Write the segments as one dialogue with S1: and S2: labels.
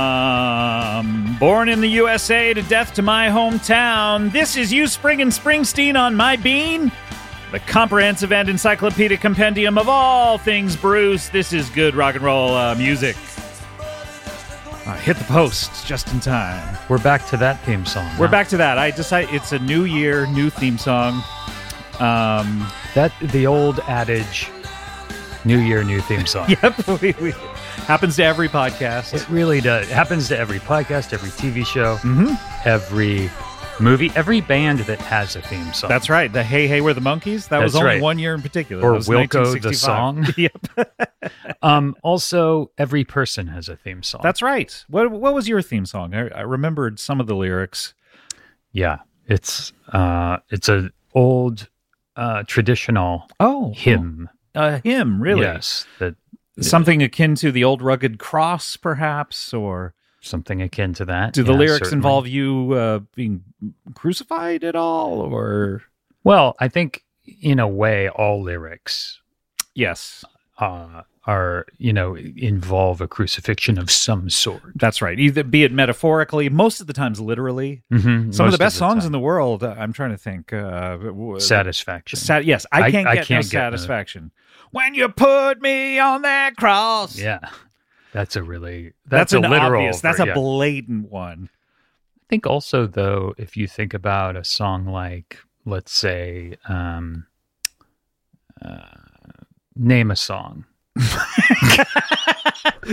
S1: From Born in the USA to Death to My Hometown, this is You Spring and Springsteen on My Bean, the comprehensive and encyclopedic compendium of all things Bruce. This is good rock and roll uh, music. Uh, hit the post just in time.
S2: We're back to that theme song.
S1: We're back to that. I decided it's a new year, new theme song. Um,
S2: That the old adage, New Year, new theme song.
S1: yep, we, we, happens to every podcast.
S2: It really does. It happens to every podcast, every TV show, mm-hmm. every movie, every band that has a theme song.
S1: That's right. The Hey Hey We're the Monkeys. That was
S2: That's
S1: only
S2: right.
S1: one year in particular.
S2: Or
S1: That was
S2: Wilco the
S1: 1965.
S2: song.
S1: yep.
S2: um, also every person has a theme song.
S1: That's right. What what was your theme song? I, I remembered some of the lyrics.
S2: yeah. It's uh, it's an old uh, traditional
S1: Oh,
S2: hymn.
S1: A hymn, really?
S2: Yes, that
S1: Something akin to the old rugged cross, perhaps, or
S2: something akin to that.
S1: do the
S2: Yeah,
S1: lyrics
S2: certainly.
S1: involve you uh, being crucified at all? Or
S2: Well, I think in a way, all lyrics
S1: yes,
S2: uh, are you know involve a crucifixion of some sort.
S1: that's right. Either be it metaphorically, most of the times literally.
S2: Mm-hmm.
S1: Some of the best songs in the world. uh, I'm trying to think. Uh, w-
S2: satisfaction.
S1: Sat- yes, I
S2: I-
S1: can't
S2: I
S1: get no
S2: can't get uh, no-
S1: satisfaction when you put me on that cross.
S2: yeah, that's a really
S1: that's,
S2: that's, a
S1: an
S2: literal.
S1: obvious. That's a
S2: yeah.
S1: blatant one.
S2: I think also though, if you think about a song like let's say, um, uh, name a song.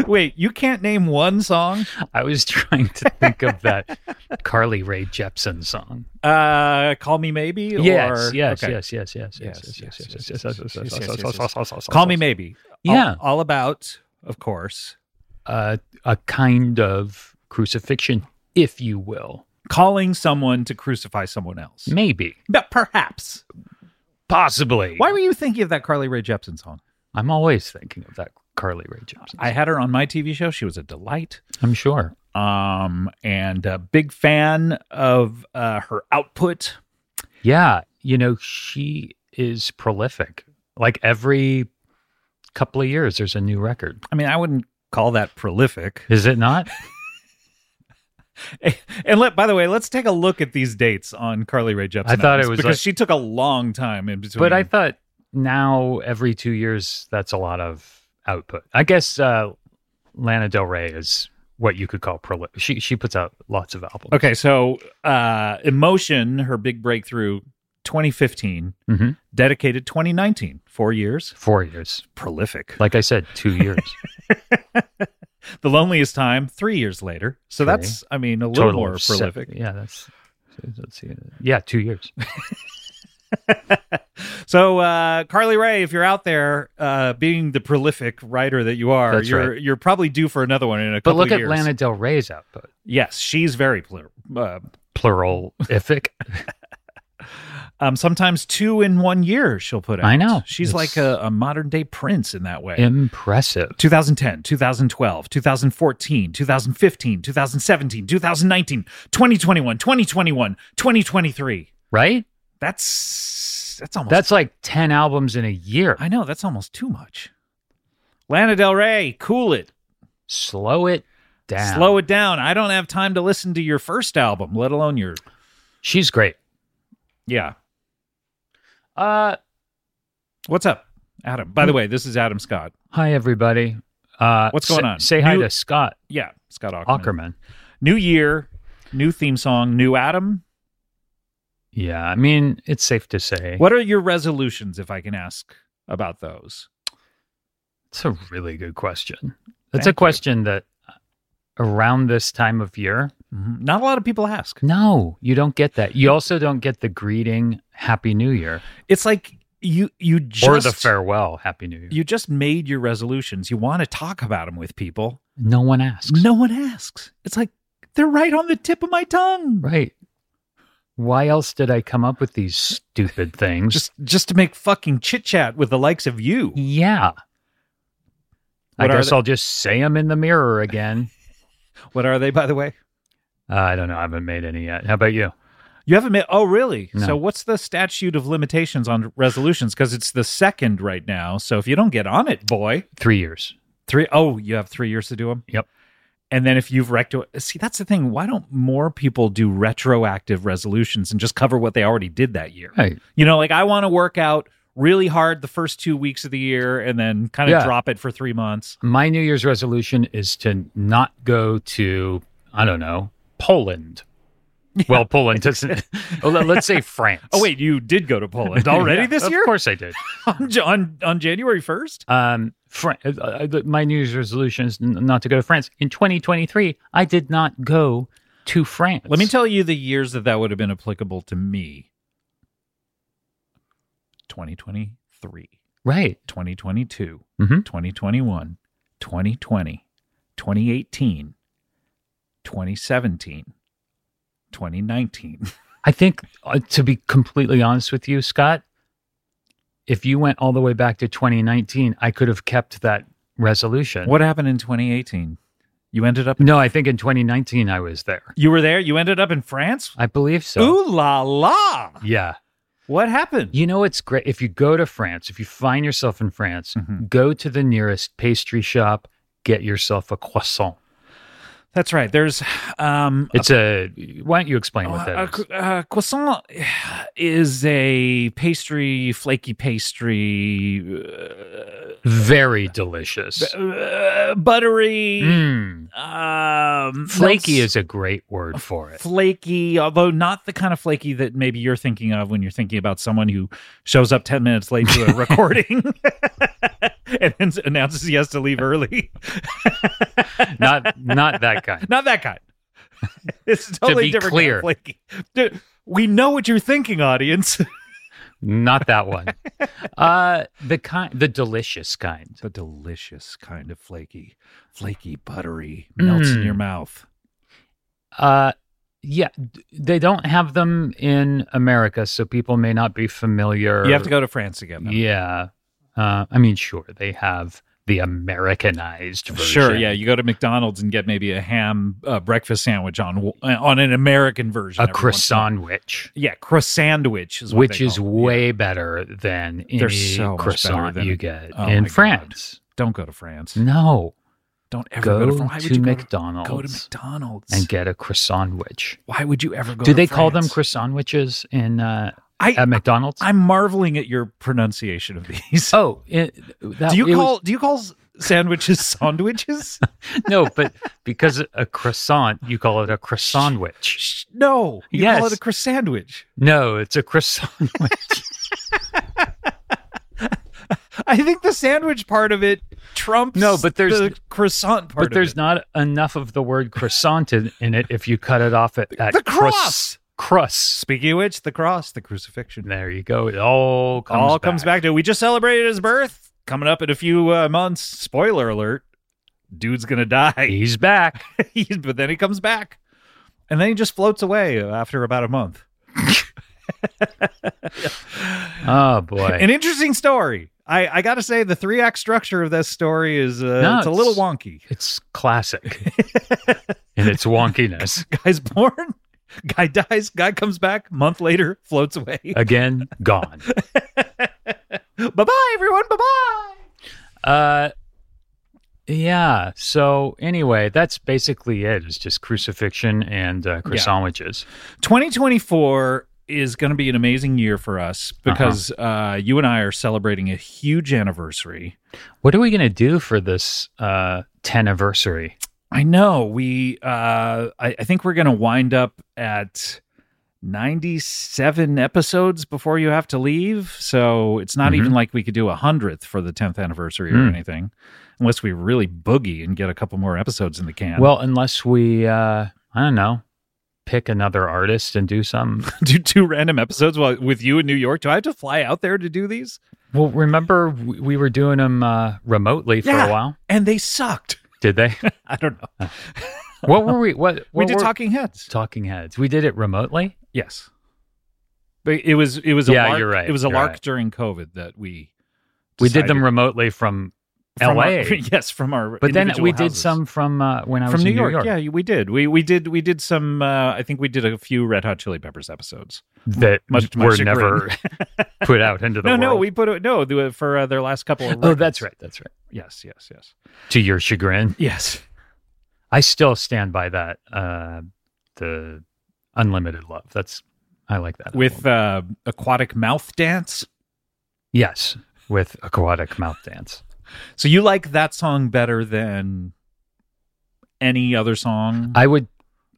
S1: Wait, you can't name one song?
S2: I was trying to think of that Carly Rae Jepsen song.
S1: Uh, Call Me Maybe? Or,
S2: Yes, yes,
S1: okay.
S2: yes, yes, yes, yes, yes, yes, yes, yes, yes, yes, yes, yes, yes, yes, yes, yes.
S1: Call Me Maybe. All-
S2: Yeah.
S1: All, about, of course,
S2: a, a kind of crucifixion, if you will.
S1: calling someone to crucify someone else.
S2: Maybe,
S1: But perhaps.
S2: possibly.
S1: Why were you thinking of that Carly Rae Jepsen song?
S2: I'm always thinking of that Carly Rae Jepsen.
S1: I had her on my TV show. She was a delight.
S2: I'm sure.
S1: Um, and a big fan of uh, her output.
S2: Yeah, you know she is prolific. Like every couple of years, there's a new record.
S1: I mean, I wouldn't call that prolific.
S2: Is it not?
S1: And let, by the way, let's take a look at these dates on Carly Rae Jepsen.
S2: I thought it
S1: albums,
S2: was
S1: because
S2: like-
S1: she took a long time in between.
S2: but I thought now every two years, that's a lot of output. I guess uh, Lana Del Rey is what you could call prolific. She she puts out lots of albums.
S1: okay, so uh, Emotion, her big breakthrough, 2015,
S2: Mhm.
S1: dedicated 2019, four years,
S2: Four years.
S1: prolific.
S2: Like I said, two years.
S1: the Loneliest Time, three years later. So
S2: Okay.
S1: that's, I mean, a little more
S2: of seven-
S1: prolific.
S2: yeah, that's let's see. Yeah, two years.
S1: So uh, Carly Rae, if you're out there, uh, being the prolific writer that you are,
S2: That's
S1: you're
S2: right.
S1: you're probably due for another one in a
S2: But
S1: couple
S2: look
S1: of
S2: at
S1: years.
S2: Lana Del Rey's output.
S1: Yes, she's very plur- uh,
S2: Pluralific.
S1: Um, sometimes two in one year she'll put out.
S2: I know.
S1: She's like
S2: It's-
S1: a, a modern day Prince in that way.
S2: Impressive.
S1: 2010, 2012, 2014, 2015, 2017, 2019, 2021, 2021, 2023.
S2: Right?
S1: That's that's almost
S2: That's like ten albums in a year.
S1: I know, that's almost too much. Lana Del Rey, cool it.
S2: Slow it down.
S1: Slow it down. I don't have time to listen to your first album, let alone your
S2: She's great.
S1: Yeah.
S2: Uh
S1: What's up? Adam. By the
S2: Hmm.
S1: way, this is Adam Scott.
S2: hi everybody. Uh
S1: What's going
S2: say-
S1: on?
S2: Say hi
S1: You-
S2: to Scott
S1: Yeah, Scott Ackerman.
S2: Ackerman.
S1: New year, new theme song, new Adam.
S2: Yeah, I mean it's safe to say.
S1: What are your resolutions, if I can ask about those?
S2: That's a really good question. That's
S1: Thank you.
S2: a question that around this time of year
S1: Mhm. Not a lot of people ask.
S2: No, you don't get that. You also don't get the greeting "Happy New Year"
S1: It's like you you just
S2: or the farewell "Happy New Year."
S1: you just made your resolutions. You want to talk about them with people.
S2: no one asks.
S1: No one asks. It's like they're right on the tip of my tongue.
S2: right? Why else did I come up with these stupid things?
S1: Just just to make fucking chit chat with the likes of you.
S2: yeah. I
S1: What are
S2: guess
S1: the-
S2: I'll just say them in the mirror again.
S1: What are they, by the way?
S2: uh, I don't know. I haven't made any yet. How about you?
S1: You haven't made. Oh, really?
S2: No.
S1: So, what's the statute of limitations on resolutions? Because it's the second right now. So, if you don't get on it, boy,
S2: Three years.
S1: Three oh, you have three years to do them.
S2: Yep.
S1: And then if you've recto, see that's the thing. Why don't more people do retroactive resolutions and just cover what they already did that year?
S2: Right.
S1: You know, like I want to work out really hard the first two weeks of the year and then kind of
S2: Yeah.
S1: drop it for three months.
S2: My New Year's resolution is to not go to, I don't know, Poland. Well, Poland doesn't. well, let- let's say France.
S1: Oh wait, you did go to Poland already
S2: Yeah,
S1: this year
S2: Of course I did.
S1: on, Ja- on on January first.
S2: Um, Fran- uh, uh, uh, my New Year's resolution is n- not to go to France. In 2023, I did not go to France.
S1: Let me tell you the years that that would have been applicable to me. 2023,
S2: Right.
S1: 2022,
S2: Mhm.
S1: 2021, 2020, 2018, 2017, 2019.
S2: I think, uh, to be completely honest with you, Scott, if you went all the way back to 2019, I could have kept that resolution.
S1: What happened in 2018? You ended up
S2: No, I think in 2019 I was there.
S1: You were there, you ended up in France?
S2: I believe so.
S1: Ooh la la.
S2: Yeah.
S1: What happened?
S2: You know, it's great. If you go to France, if you find yourself in France,
S1: Mhm.
S2: go to the nearest pastry shop, get yourself a croissant.
S1: That's right. There's um
S2: It's a, why don't you explain what
S1: Uh,
S2: that is?
S1: cro- uh, croissant is a pastry, flaky pastry,
S2: Very
S1: uh,
S2: delicious.
S1: uh, buttery,
S2: Mm.
S1: um,
S2: Hmm. Flaky
S1: melts-
S2: is a great word for it.
S1: flaky, although not the kind of flaky that maybe you're thinking of when you're thinking about someone who shows up ten minutes late to a recording and then announces he has to leave early.
S2: Not not that kind.
S1: Not that kind. It's a totally
S2: be
S1: different
S2: clear.
S1: kind of flaky. Dude, We know what you're thinking, audience.
S2: Not that one. Uh the kind the delicious kind.
S1: the delicious kind of flaky, flaky, buttery, melts
S2: melts
S1: in
S2: in
S1: your mouth.
S2: Uh yeah, d- they don't have them in America, so people may not be familiar.
S1: You have to go to France again. though.
S2: Yeah. Uh, I mean, sure, they have the Americanized version.
S1: Sure, yeah, you go to McDonald's and get maybe a ham uh, breakfast sandwich on w- uh, on an American version.
S2: A
S1: every once in while.
S2: croissant witch,
S1: yeah, croissant sandwich is what
S2: which
S1: they
S2: is
S1: call it.
S2: way better than
S1: They're
S2: any
S1: so much better
S2: croissant
S1: than-
S2: you get
S1: Oh my
S2: in
S1: God.
S2: France.
S1: Don't go to France.
S2: No,
S1: Don't ever go,
S2: go,
S1: to France. Why would
S2: to
S1: you go
S2: McDonald's
S1: To, go to McDonald's.
S2: and get a croissant witch.
S1: Why would you ever go?
S2: Do
S1: to
S2: they call them
S1: France?
S2: croissant witches in uh, at
S1: I
S2: McDonald's?
S1: I'm marveling at your pronunciation of these.
S2: oh, it, that,
S1: do
S2: it
S1: you
S2: was-
S1: call do you call s- sandwiches sandwiches?
S2: no? But because a croissant, you call it a croissant witch.
S1: Shh, No, you call
S2: Yes.
S1: it a croissant sandwich.
S2: No, it's a croissant witch.
S1: I think the sandwich part of it trumps
S2: No, but there's-
S1: the croissant part.
S2: But there's
S1: of
S2: not enough of the word croissant in, in it if you cut it off at, at
S1: The
S2: crus-
S1: cross! it.
S2: Crust.
S1: Speaking of which, the cross, the crucifixion,
S2: There you go. It all comes
S1: all
S2: back.
S1: comes back to it. we just celebrated his birth. Coming up in a few uh, months. Spoiler alert: dude's gonna die.
S2: He's back.
S1: He's- but then he comes back, and then he just floats away after about a month.
S2: Oh boy.
S1: An interesting story. I, I got to say, the three act structure of this story is uh,
S2: No,
S1: it's a little
S2: it's-
S1: wonky.
S2: it's classic. and its wonkiness.
S1: Guy's born, guy dies, guy comes back, month later, floats away.
S2: Again, gone.
S1: bye bye, everyone. Bye bye.
S2: Uh yeah. So anyway, that's basically it. It's just crucifixion and uh, croissant witches.
S1: 2024 is going to be an amazing year for us because uh you and I are celebrating a huge anniversary.
S2: What are we gonna do for this uh 10 anniversary?
S1: I know we, uh I, I think we're going to wind up at 97 episodes before you have to leave. So it's not
S2: Mhm.
S1: even like we could do a hundredth for the 10th anniversary or
S2: Mm.
S1: anything, unless we really boogie and get a couple more episodes in the can.
S2: Well, unless we, uh, I don't know, pick another artist and do some.
S1: do two random episodes while with you in New York. Do I have to fly out there to do these?
S2: well, remember we we were doing them uh, remotely for
S1: Yeah.
S2: a while.
S1: And they sucked.
S2: Did they?
S1: I don't know.
S2: what were we? What,
S1: we
S2: what
S1: did
S2: were-
S1: Talking Heads.
S2: Talking Heads. We did it remotely.
S1: Yes, but it was it was a
S2: Yeah,
S1: lark,
S2: you're right,
S1: It was a
S2: you're
S1: lark
S2: right.
S1: during COVID that we
S2: We did them
S1: decided
S2: remotely from,
S1: from
S2: LA.
S1: our- yes, from our
S2: but then
S1: individual
S2: we did
S1: houses.
S2: some from uh, when I was
S1: from New
S2: in
S1: York. Yeah, we did. We we did we did some. Uh, I think we did a few Red Hot Chili Peppers episodes.
S2: that
S1: Much to my
S2: were
S1: chagrin.
S2: never put out into the
S1: no,
S2: world.
S1: no, we put it no the- for uh, their last couple. Of
S2: Oh,
S1: records.
S2: that's right. That's right.
S1: Yes, yes, yes,
S2: To your chagrin,
S1: yes.
S2: I still stand by that. Uh, the unlimited love. That's I like that
S1: with
S2: album.
S1: uh, aquatic mouth dance.
S2: yes with aquatic mouth dance.
S1: So you like that song better than any other song?
S2: I would.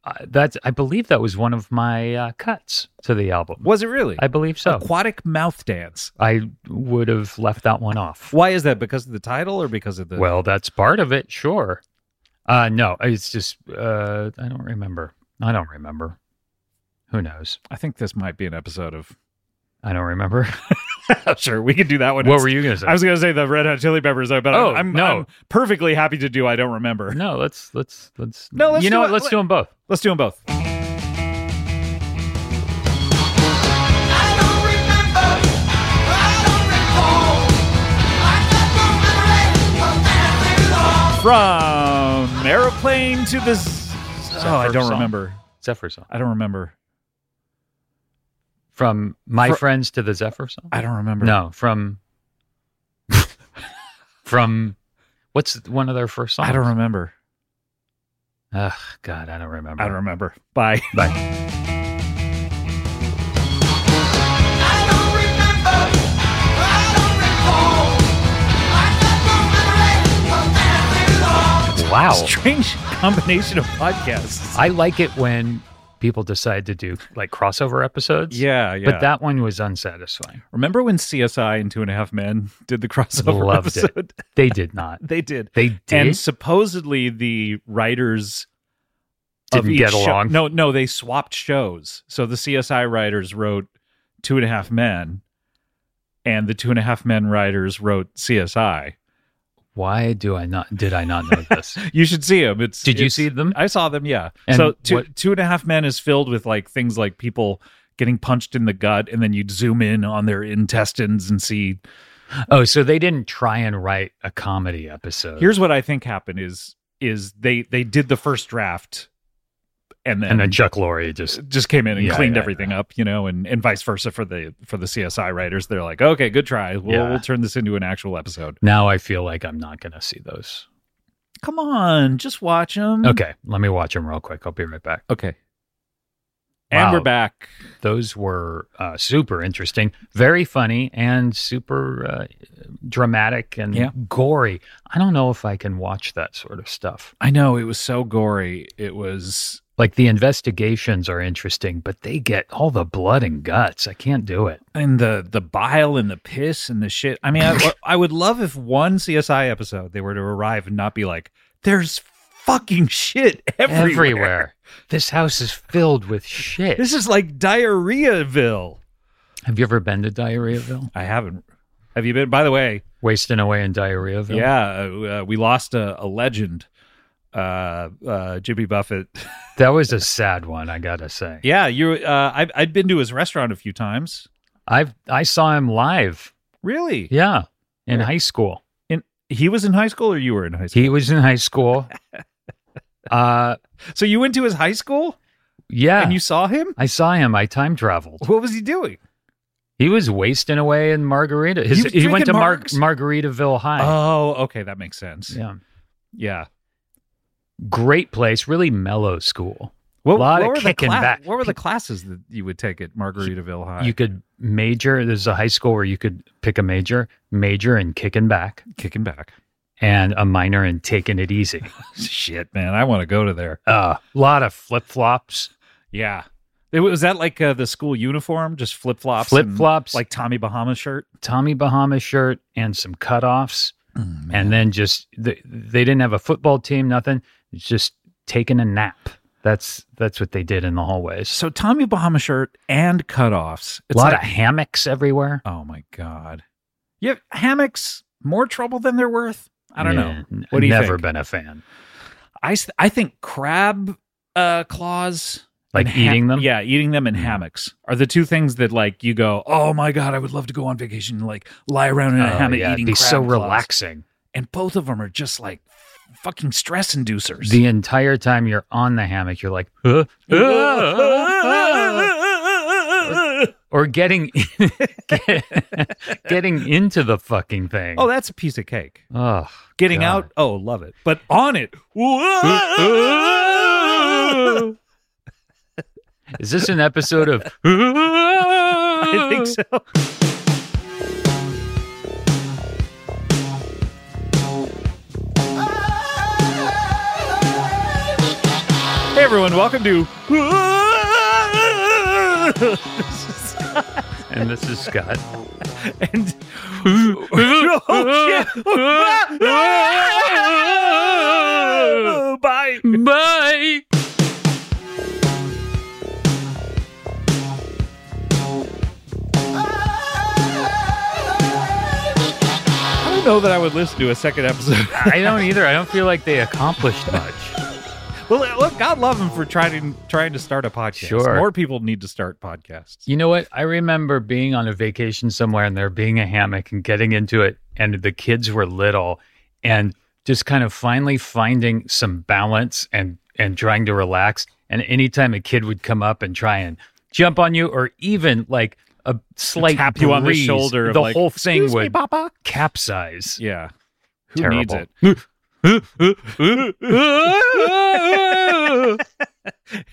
S2: Uh, that's I believe that was one of my uh, cuts to the album.
S1: was it really?
S2: I believe so.
S1: Aquatic mouth dance.
S2: I would have left that one off.
S1: Why is that? Because of the title or because of the?
S2: Well, that's part of it, sure. Uh, no, it's just uh, I don't remember. I don't remember. Who knows?
S1: I think this might be an episode of.
S2: I don't remember.
S1: sure, we could do that one.
S2: what were you going to say?
S1: I was going to say the Red Hot Chili Peppers, but I'm-
S2: Oh,
S1: I'm, I'm,
S2: no.
S1: perfectly happy to do. I don't remember.
S2: no, let's let's let's.
S1: No, let's
S2: you
S1: do
S2: know
S1: it.
S2: what? Let's do them both.
S1: Let's do them both.
S3: I don't remember, I don't recall. I got no memory of anything at all.
S1: From aeroplane to the. z- Oh, I
S2: first
S1: don't
S2: song?
S1: remember.
S2: Zephyr song.
S1: I don't remember.
S2: From my
S1: Fr-
S2: friends to the Zephyr song.
S1: I don't remember.
S2: no, from from what's one of their first songs?
S1: I don't remember.
S2: Ugh, God, I don't remember.
S1: I don't remember. Bye.
S2: Bye.
S3: I don't remember, I don't recall. I got no memory of anything at all.
S2: Wow.
S1: Strange combination of podcasts.
S2: I like it when people decide to do like crossover episodes.
S1: yeah, yeah.
S2: But that one was unsatisfying.
S1: Remember when CSI and Two and a Half Men did the crossover
S2: Loved it.
S1: episode?
S2: They did not.
S1: They did.
S2: They did.
S1: And supposedly the writers of
S2: Didn't
S1: each
S2: get
S1: show-
S2: along.
S1: no, no, they swapped shows. So the CSI writers wrote Two and a Half Men, and the Two and a Half Men writers wrote CSI.
S2: Why do I not? Did I not know this?
S1: You should see them. It's
S2: Did you
S1: it's-
S2: see them?
S1: I saw them. Yeah.
S2: And
S1: so two,
S2: what-
S1: two and a half men is filled with like things like people getting punched in the gut, and then you'd zoom in on their intestines and see.
S2: oh, so they didn't try and write a comedy episode.
S1: Here's what I think happened: is is they they did the first draft, and then,
S2: and then Chuck Lorre just
S1: just came in and
S2: Yeah,
S1: cleaned
S2: yeah,
S1: everything up, you know, and and vice versa for the for the CSI writers. They're like, okay, good try. We'll
S2: Yeah.
S1: we'll turn this into an actual episode.
S2: now I feel like I'm not going to see those.
S1: Come on, just watch them.
S2: Okay, let me watch them real quick. I'll be right back.
S1: Okay. And
S2: Wow.
S1: we're back.
S2: Those were uh, super interesting, very funny, and super uh, dramatic and
S1: Yeah.
S2: gory. I don't know if I can watch that sort of stuff.
S1: I know it was so gory. It was
S2: Like the investigations are interesting, but they get all the blood and guts. I can't do it.
S1: and the the bile and the piss and the shit. I mean, I, I would love if one CSI episode they were to arrive and not be like, "There's fucking shit everywhere."
S2: everywhere. This house is filled with shit.
S1: This is like diarrheaville.
S2: Have you ever been to Diarrheaville?
S1: I haven't. Have you been? By the way,
S2: Wasting away in Diarrheaville?
S1: yeah, uh, we lost a, a legend, uh, uh, Jimmy Buffett.
S2: That was a sad one, I gotta say.
S1: yeah, you. Uh, I've I've been to his restaurant a few times.
S2: I've I saw him live.
S1: Really?
S2: Yeah. In
S1: Yeah.
S2: high school.
S1: He was in high school, or you were in high school.
S2: He was in high school. uh
S1: so you went to his high school
S2: yeah.
S1: and you saw him.
S2: I saw him. I time traveled.
S1: What was he doing?
S2: He was wasting away in Margarita.
S1: He
S2: His,
S1: was
S2: he went to
S1: drinking
S2: Mar-
S1: margs?
S2: Margaritaville High.
S1: Oh, okay, that makes sense.
S2: yeah.
S1: Yeah.
S2: Great place. Really mellow school.
S1: What,
S2: Lot
S1: what
S2: of
S1: were the
S2: kicking
S1: cla-
S2: back.
S1: What were the classes that you would take at Margaritaville High?
S2: You could major. There's a high school where you could pick a major, major in kicking back.
S1: kicking back.
S2: and a minor in taking it easy.
S1: Shit, man, I want to go to there.
S2: A lot of flip flops,
S1: Yeah. It, was that like uh, the school uniform, just flip flops,
S2: flip flops,
S1: like Tommy Bahama shirt?
S2: Tommy Bahama shirt, and some cutoffs, and then just they, they didn't have a football team, nothing. It's just taking a nap. That's that's what they did in the hallways.
S1: so Tommy Bahama shirt and cutoffs.
S2: A lot
S1: like-
S2: of hammocks everywhere.
S1: oh my god. You have hammocks more trouble than they're worth. I don't know.
S2: know.
S1: What do you
S2: never
S1: think?
S2: been a fan.
S1: I s- I think crab uh, claws
S2: Like
S1: and ha-
S2: eating them.
S1: Yeah, eating them in
S2: Mm.
S1: hammocks are the two things that like you go, oh my god, I would love to go on vacation and like lie around in a
S2: Oh,
S1: hammock
S2: yeah,
S1: eating.
S2: it'd be
S1: crab
S2: so
S1: claws."
S2: relaxing.
S1: and both of them are just like fucking stress inducers.
S2: The entire time Ah, you're on the hammock, you're like, "Huh, huh, huh, huh." or getting getting into the fucking thing.
S1: Oh, that's a piece of cake.
S2: Ugh.
S1: Getting
S2: God.
S1: out, oh, love it. But on it,
S2: Is this an episode of?
S1: I think so. Hey everyone, welcome to.
S2: And this is Scott.
S1: and oh, shit. Oh, Bye.
S2: Bye.
S1: I don't know that I would listen to a second episode.
S2: I don't either. I don't feel like they accomplished much.
S1: well, uh, look, God love him for trying trying to start a podcast.
S2: Sure.
S1: more people need to start podcasts.
S2: You know what? I remember being on a vacation somewhere and there being a hammock and getting into it, and the kids were little, and just kind of finally finding some balance and and trying to relax. And anytime a kid would come up and try and jump on you, or even like a slight
S1: Tap you on the
S2: breeze,
S1: shoulder of
S2: the
S1: like,
S2: whole thing
S1: "Excuse me,
S2: would
S1: Papa.
S2: capsize.
S1: Yeah, who
S2: Terrible.
S1: needs it?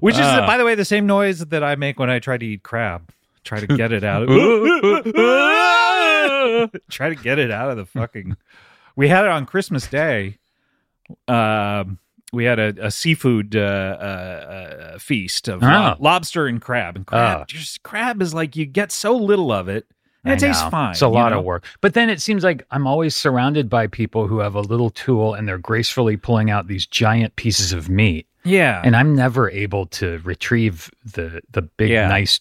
S1: Which is,
S2: Ah.
S1: by the way, the same noise that I make when I try to eat crab. Try to get it out. Of, try to get it out of the fucking. We had it on Christmas Day. Um, we had a, a seafood uh, uh, uh, feast of lo-
S2: Oh.
S1: lobster and crab, and crab.
S2: Oh.
S1: Just crab is like you get so little of it, and
S2: I
S1: it tastes
S2: know.
S1: fine.
S2: It's a
S1: you
S2: lot
S1: know?
S2: of work. But then it seems like I'm always surrounded by people who have a little tool and they're gracefully pulling out these giant pieces of meat.
S1: Yeah,
S2: And I'm never able to retrieve the the big,
S1: Yeah.
S2: nice,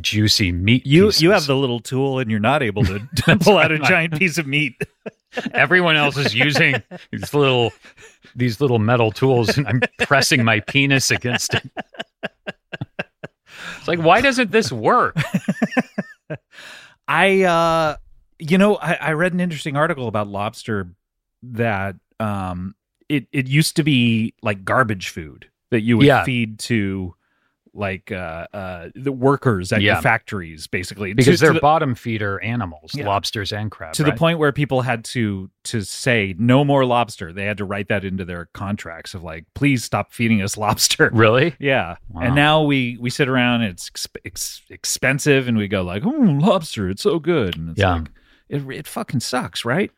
S2: juicy meat.
S1: you
S2: pieces.
S1: you have the little tool, and you're not able to pull out a giant piece of meat.
S2: everyone else is using these little these little metal tools and I'm pressing my penis against it. It's like why doesn't this work?
S1: I, uh, you know, I, I read an interesting article about lobster that um, it it used to be like garbage food that you would
S2: Yeah.
S1: feed to like uh, uh, the workers at
S2: Yeah.
S1: your factories, basically,
S2: Because
S1: to,
S2: they're
S1: to, the,
S2: bottom feeder animals,
S1: Yeah.
S2: lobsters and crab.
S1: to the
S2: right?
S1: point where people had to to say no more lobster. They had to write that into their contracts of like, please stop feeding us lobster.
S2: Really?
S1: Yeah.
S2: Wow.
S1: And now we we sit around and it's exp- ex- expensive and we go like, "Oh, lobster, it's so good." And it's
S2: Yeah.
S1: like it it fucking sucks, right?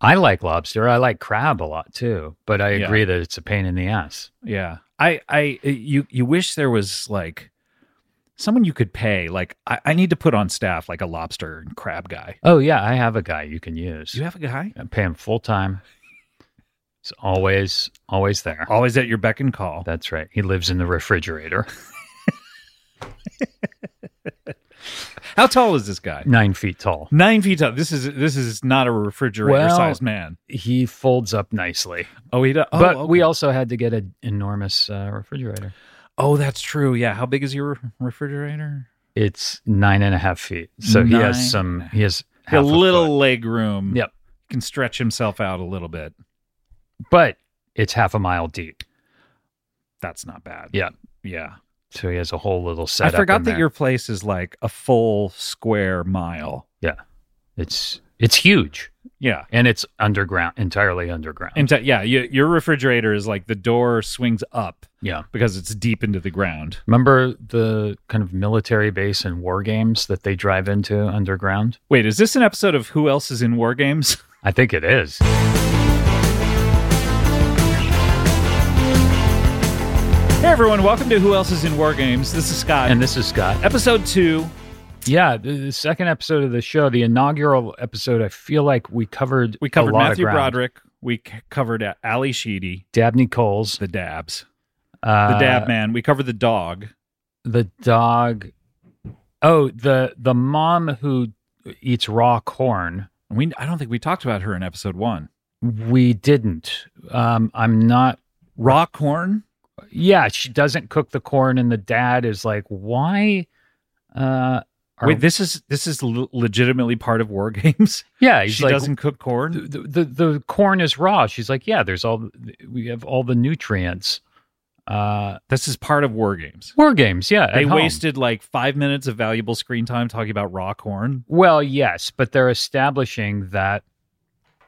S2: I like lobster. I like crab a lot too, but I
S1: Yeah.
S2: agree that it's a pain in the ass.
S1: Yeah. I I uh, you you wish there was like someone you could pay like I, I need to put on staff like a lobster and crab guy.
S2: Oh yeah, I have a guy you can use.
S1: Do you have a guy?
S2: I pay him full time. It's always always there.
S1: Always at your beck and call.
S2: That's right. He lives in the refrigerator.
S1: How tall is this guy?
S2: 9 feet tall.
S1: 9 feet tall. This is this is not a refrigerator sized man.
S2: He folds up nicely.
S1: Oh, he does. Oh,
S2: but we
S1: okay.
S2: also had to get an enormous uh, refrigerator.
S1: Oh, that's true. Yeah. How big is your refrigerator?
S2: It's nine and a half feet, so he
S1: Nine
S2: has some. He has
S1: a
S2: half
S1: little
S2: foot.
S1: leg room.
S2: Yep.
S1: Can stretch himself out a little bit.
S2: but it's half a mile deep.
S1: That's not bad.
S2: Yeah,
S1: Yeah.
S2: so he has a whole little setup.
S1: I forgot
S2: in
S1: that
S2: there.
S1: your place is like a full square mile.
S2: It's it's huge,
S1: Yeah.
S2: and it's underground, entirely underground.
S1: And t- yeah, you, your refrigerator is like the door swings up
S2: yeah,
S1: because it's deep into the ground.
S2: remember the kind of military base and war games that they drive into underground?
S1: Wait, is this an episode of Who Else is in War Games?
S2: I think it is.
S1: hey everyone, welcome to Who Else is in War Games. This is Scott.
S2: And this is Scott.
S1: episode 2.
S2: Yeah, the, the second episode of the show, the inaugural episode. I feel like we covered
S1: We covered
S2: a lot of
S1: Matthew
S2: ground.
S1: Broderick, we c- covered uh, Ali Sheedy,
S2: Dabney Coles,
S1: the Dabs, the
S2: uh,
S1: Dab Man. We covered the dog.
S2: the dog. Oh, the the mom who eats raw corn.
S1: We I don't think we talked about her in episode 1.
S2: We didn't. Um, I'm not.
S1: raw corn
S2: Yeah, she doesn't cook the corn, and the dad is like, "Why?" Uh, are-
S1: wait this is this is le- legitimately part of war games
S2: yeah, he's
S1: she
S2: like,
S1: doesn't cook corn
S2: The, the the corn is raw. She's like, "Yeah, there's all we have all the nutrients." Uh,
S1: This is part of War Games.
S2: war games, yeah. at
S1: They
S2: home.
S1: wasted like five minutes of valuable screen time talking about rock horn.
S2: Well, yes, but they're establishing that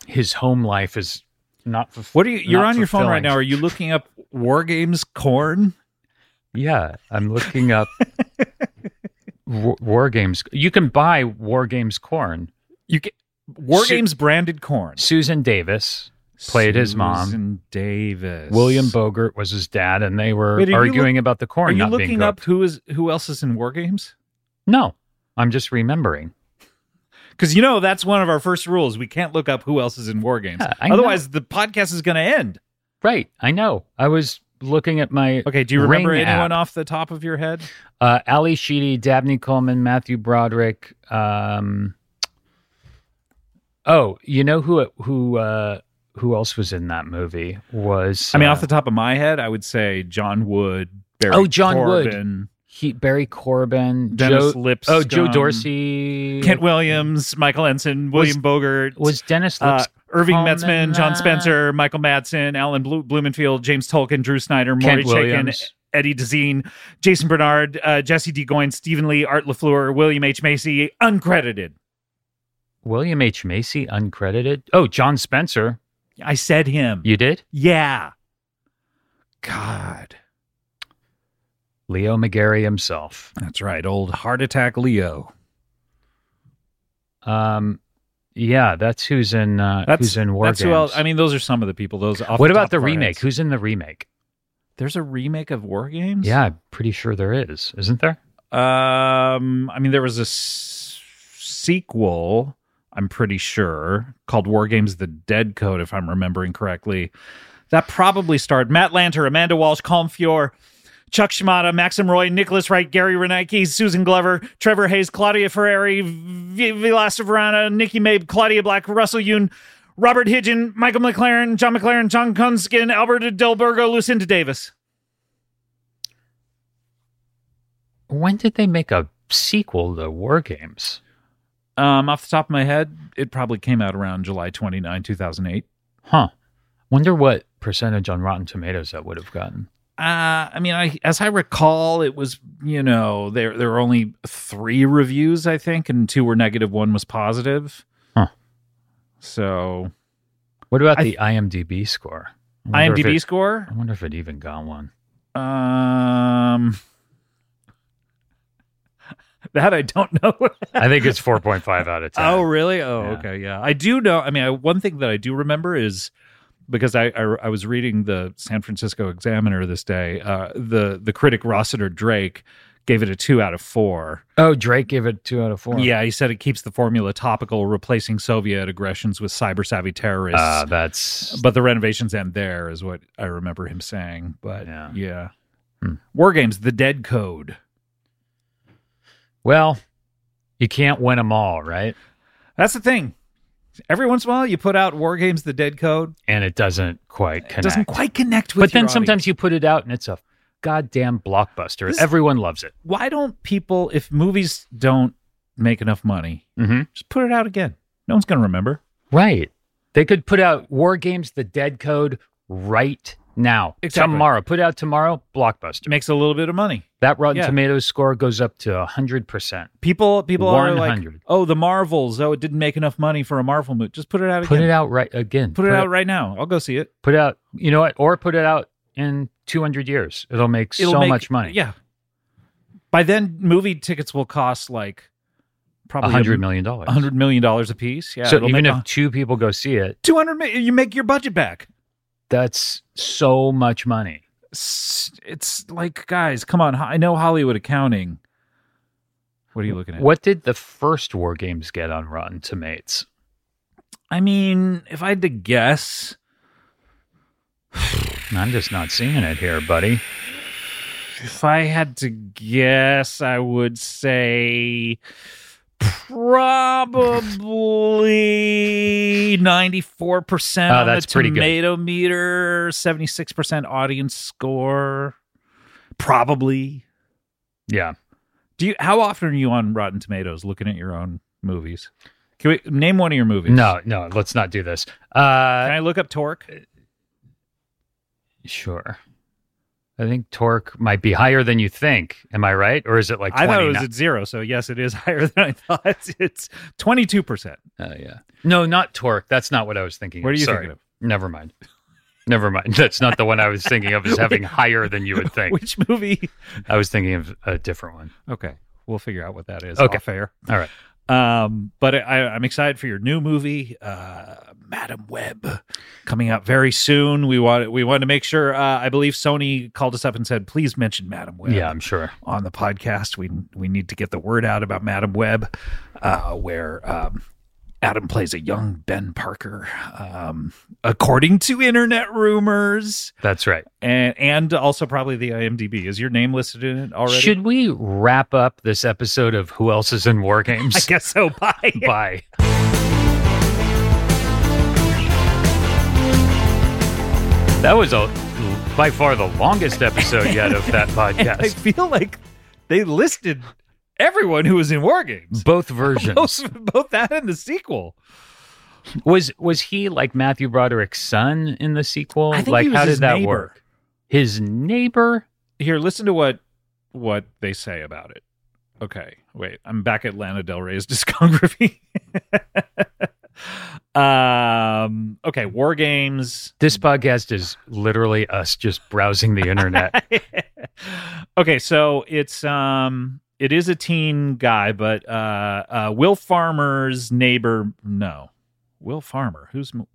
S2: his home life is not fulfilled.
S1: What are you? You're
S2: Not
S1: on your phone right
S2: fulfilling.
S1: now. Are you looking up War Games corn?
S2: Yeah, I'm looking up war, war games. You can buy war games corn.
S1: You get War
S2: Su-
S1: Games branded corn.
S2: Susan Davis, Played his mom.
S1: Susan Davis.
S2: William Bogart was his dad, and they were
S1: Wait, are you
S2: arguing about the corn
S1: Are you
S2: not being
S1: looking up
S2: cooked.
S1: who is who else is in War Games?
S2: No, I'm just remembering.
S1: Because you know that's one of our first rules. We can't look up who else is in War Games.
S2: Yeah, I know.
S1: Otherwise, the podcast is going to end.
S2: Right, I know. I was looking at my
S1: Okay. Do you remember
S2: Ring
S1: anyone
S2: app.
S1: off the top of your head?
S2: Uh, Ali Sheedy, Dabney Coleman, Matthew Broderick. Um, oh, you know who who uh, who else was in that movie? Was
S1: I mean,
S2: uh,
S1: off the top of my head, I would say John Wood. Barry
S2: Oh, John Wood.
S1: Corbin,
S2: he, Barry Corbin,
S1: Dennis
S2: Joe,
S1: Lips.
S2: oh Joe Dorsey,
S1: Kent Williams, Michael Ensign, William Bogart,
S2: was Dennis
S1: uh,
S2: Lips,
S1: Irving
S2: Coleman,
S1: Metzman, John
S2: uh,
S1: Spencer, Michael Madsen, Alan Blu- Blumenfield, James Tolkien, Drew Snyder, Maury
S2: Kent
S1: Chaikin,
S2: Williams.
S1: Eddie DeZine, Jason Bernard, uh, Jesse D. Goins, Stephen Lee, Art LaFleur, William H. Macy, uncredited.
S2: William H Macy, uncredited. Oh, John Spencer,
S1: I said him.
S2: you did.
S1: Yeah. God.
S2: Leo McGarry himself.
S1: That's right. Old heart attack Leo.
S2: Um, yeah, that's who's in. Uh,
S1: That's-
S2: who's in War
S1: That's
S2: Games.
S1: who else. I mean, those are some of the people. Those. Off
S2: what
S1: the
S2: about
S1: top
S2: the
S1: of our
S2: remake?
S1: heads.
S2: Who's in the remake?
S1: There's a remake of War Games?
S2: Yeah, I'm pretty sure there is, isn't there?
S1: Um, I mean, there was a s- sequel. I'm pretty sure called War Games: The Dead Code, if I'm remembering correctly. That probably starred Matt Lanter, Amanda Walsh, Calm Fior, Chuck Shimada, Maxim Roy, Nicholas Wright, Gary Renike, Susan Glover, Trevor Hayes, Claudia Ferrari, v- Vilas Verana, Nikki Mabe, Claudia Black, Russell Yoon, Robert Hidgen, Michael McLaren, John McLaren, John Kunskin, Alberta Delbergo, Lucinda Davis.
S2: When did they make a sequel to War Games?
S1: Um, off the top of my head, it probably came out around July 29, 2008.
S2: Huh. Wonder what percentage on Rotten Tomatoes that would have gotten.
S1: Uh, I mean, I as I recall, it was you know there there were only three reviews I think, and two were negative, one was positive.
S2: Huh.
S1: So
S2: What about
S1: I
S2: the IMDb score? I wonder if
S1: IMDb
S2: it-
S1: score,
S2: I wonder if it even got one.
S1: um, that I don't know.
S2: I think it's 4.5 out of 10.
S1: Oh, really? Oh,
S2: Yeah.
S1: okay. Yeah. I do know. I mean, I, one thing that I do remember is because I, I I was reading the San Francisco Examiner this day. Uh, the the critic Rossiter Drake gave it a two out of four.
S2: Oh, Drake gave it 2 out of 4.
S1: Yeah, he said it keeps the formula topical, replacing Soviet aggressions with cyber savvy terrorists.
S2: Uh, that's
S1: but the renovations end there, is what I remember him saying. But yeah,
S2: Yeah.
S1: Hmm.
S2: Hmm.
S1: War Games: The Dead Code.
S2: Well, you can't win them all, right?
S1: That's the thing. Every once in a while, you put out War Games: The Dead Code.
S2: And it doesn't quite connect.
S1: It doesn't quite connect with.
S2: but then
S1: your
S2: sometimes
S1: audience.
S2: you put it out and it's a goddamn blockbuster.
S1: This-
S2: Everyone loves it.
S1: why don't people if movies don't make enough money
S2: Mm-hmm.
S1: just put it out again no one's gonna remember
S2: Right. They could put out War Games The Dead Code right now.
S1: Exactly.
S2: Tomorrow. Put out tomorrow,
S1: it
S2: blockbuster.
S1: makes a little bit of money
S2: That Rotten
S1: Yeah.
S2: Tomatoes score goes up to 100%.
S1: people people are like
S2: 100.
S1: oh the marvels oh it didn't make enough money for a marvel movie just put it out
S2: Put
S1: again
S2: it out right again.
S1: put it out right now i'll go see it
S2: Put out, you know what? Or put it out in 200 years. It'll make
S1: It'll
S2: so
S1: make-
S2: much money.
S1: yeah by then movie tickets will cost like probably
S2: $100 million. dollars.
S1: hundred million dollars a piece yeah
S2: so
S1: it'll
S2: even
S1: make
S2: if two people go see it,
S1: 200 million you make your budget back
S2: that's so much money.
S1: it's, it's like guys come on i know hollywood accounting what are you looking at
S2: What did the first War Games get on Rotten Tomatoes?
S1: I mean, if I had to guess,
S2: I'm just not seeing it here, buddy.
S1: if I had to guess, I would say probably 94%
S2: Oh,
S1: on
S2: that's
S1: the
S2: pretty good.
S1: tomato meter, 76% audience score. Probably.
S2: Yeah.
S1: Do you how often are you on Rotten Tomatoes looking at your own movies? Can we name one of your movies?
S2: No, no, let's not do this. Uh,
S1: Can I look up Torque?
S2: Sure. I think torque might be higher than you think. Am I right? Or is it like 20?
S1: I thought it was at zero, so yes, it is higher than I thought. It's twenty two percent.
S2: Uh, yeah. No, not torque. That's not what I was thinking.
S1: What
S2: of.
S1: are you
S2: Sorry.
S1: thinking of?
S2: Never mind. Never mind. That's not the one I was thinking of as having higher than you would think.
S1: Which movie?
S2: I was thinking of a different one.
S1: Okay, we'll figure out what that is.
S2: Okay.
S1: fair.
S2: All right.
S1: Um, but I, I'm excited for your new movie, uh, Madam Web, coming out very soon. We want we want to make sure. Uh, I believe Sony called us up and said, please mention Madam Web.
S2: Yeah, I'm sure.
S1: on the podcast. We we need to get the word out about Madam Web, uh, where um, Adam plays a young Ben Parker, um, according to internet rumors,
S2: That's right.
S1: and and also probably the IMDb. Is your name listed in it already?
S2: Should we wrap up this episode of Who Else Is in War
S1: I
S2: Games?
S1: guess so. Bye.
S2: Bye. That was a by far the longest episode yet of that podcast.
S1: I feel like they listed everyone who was in War Games.
S2: Both versions.
S1: Both, both that and the sequel.
S2: Was was he like Matthew Broderick's son in the sequel? like how did that work? His neighbor?
S1: here listen to what what they say about it okay wait i'm back at lana del rey's discography um okay war games
S2: This podcast is literally us just browsing the internet.
S1: okay so it's um it is a teen guy but uh uh will farmer's neighbor no will farmer who's m-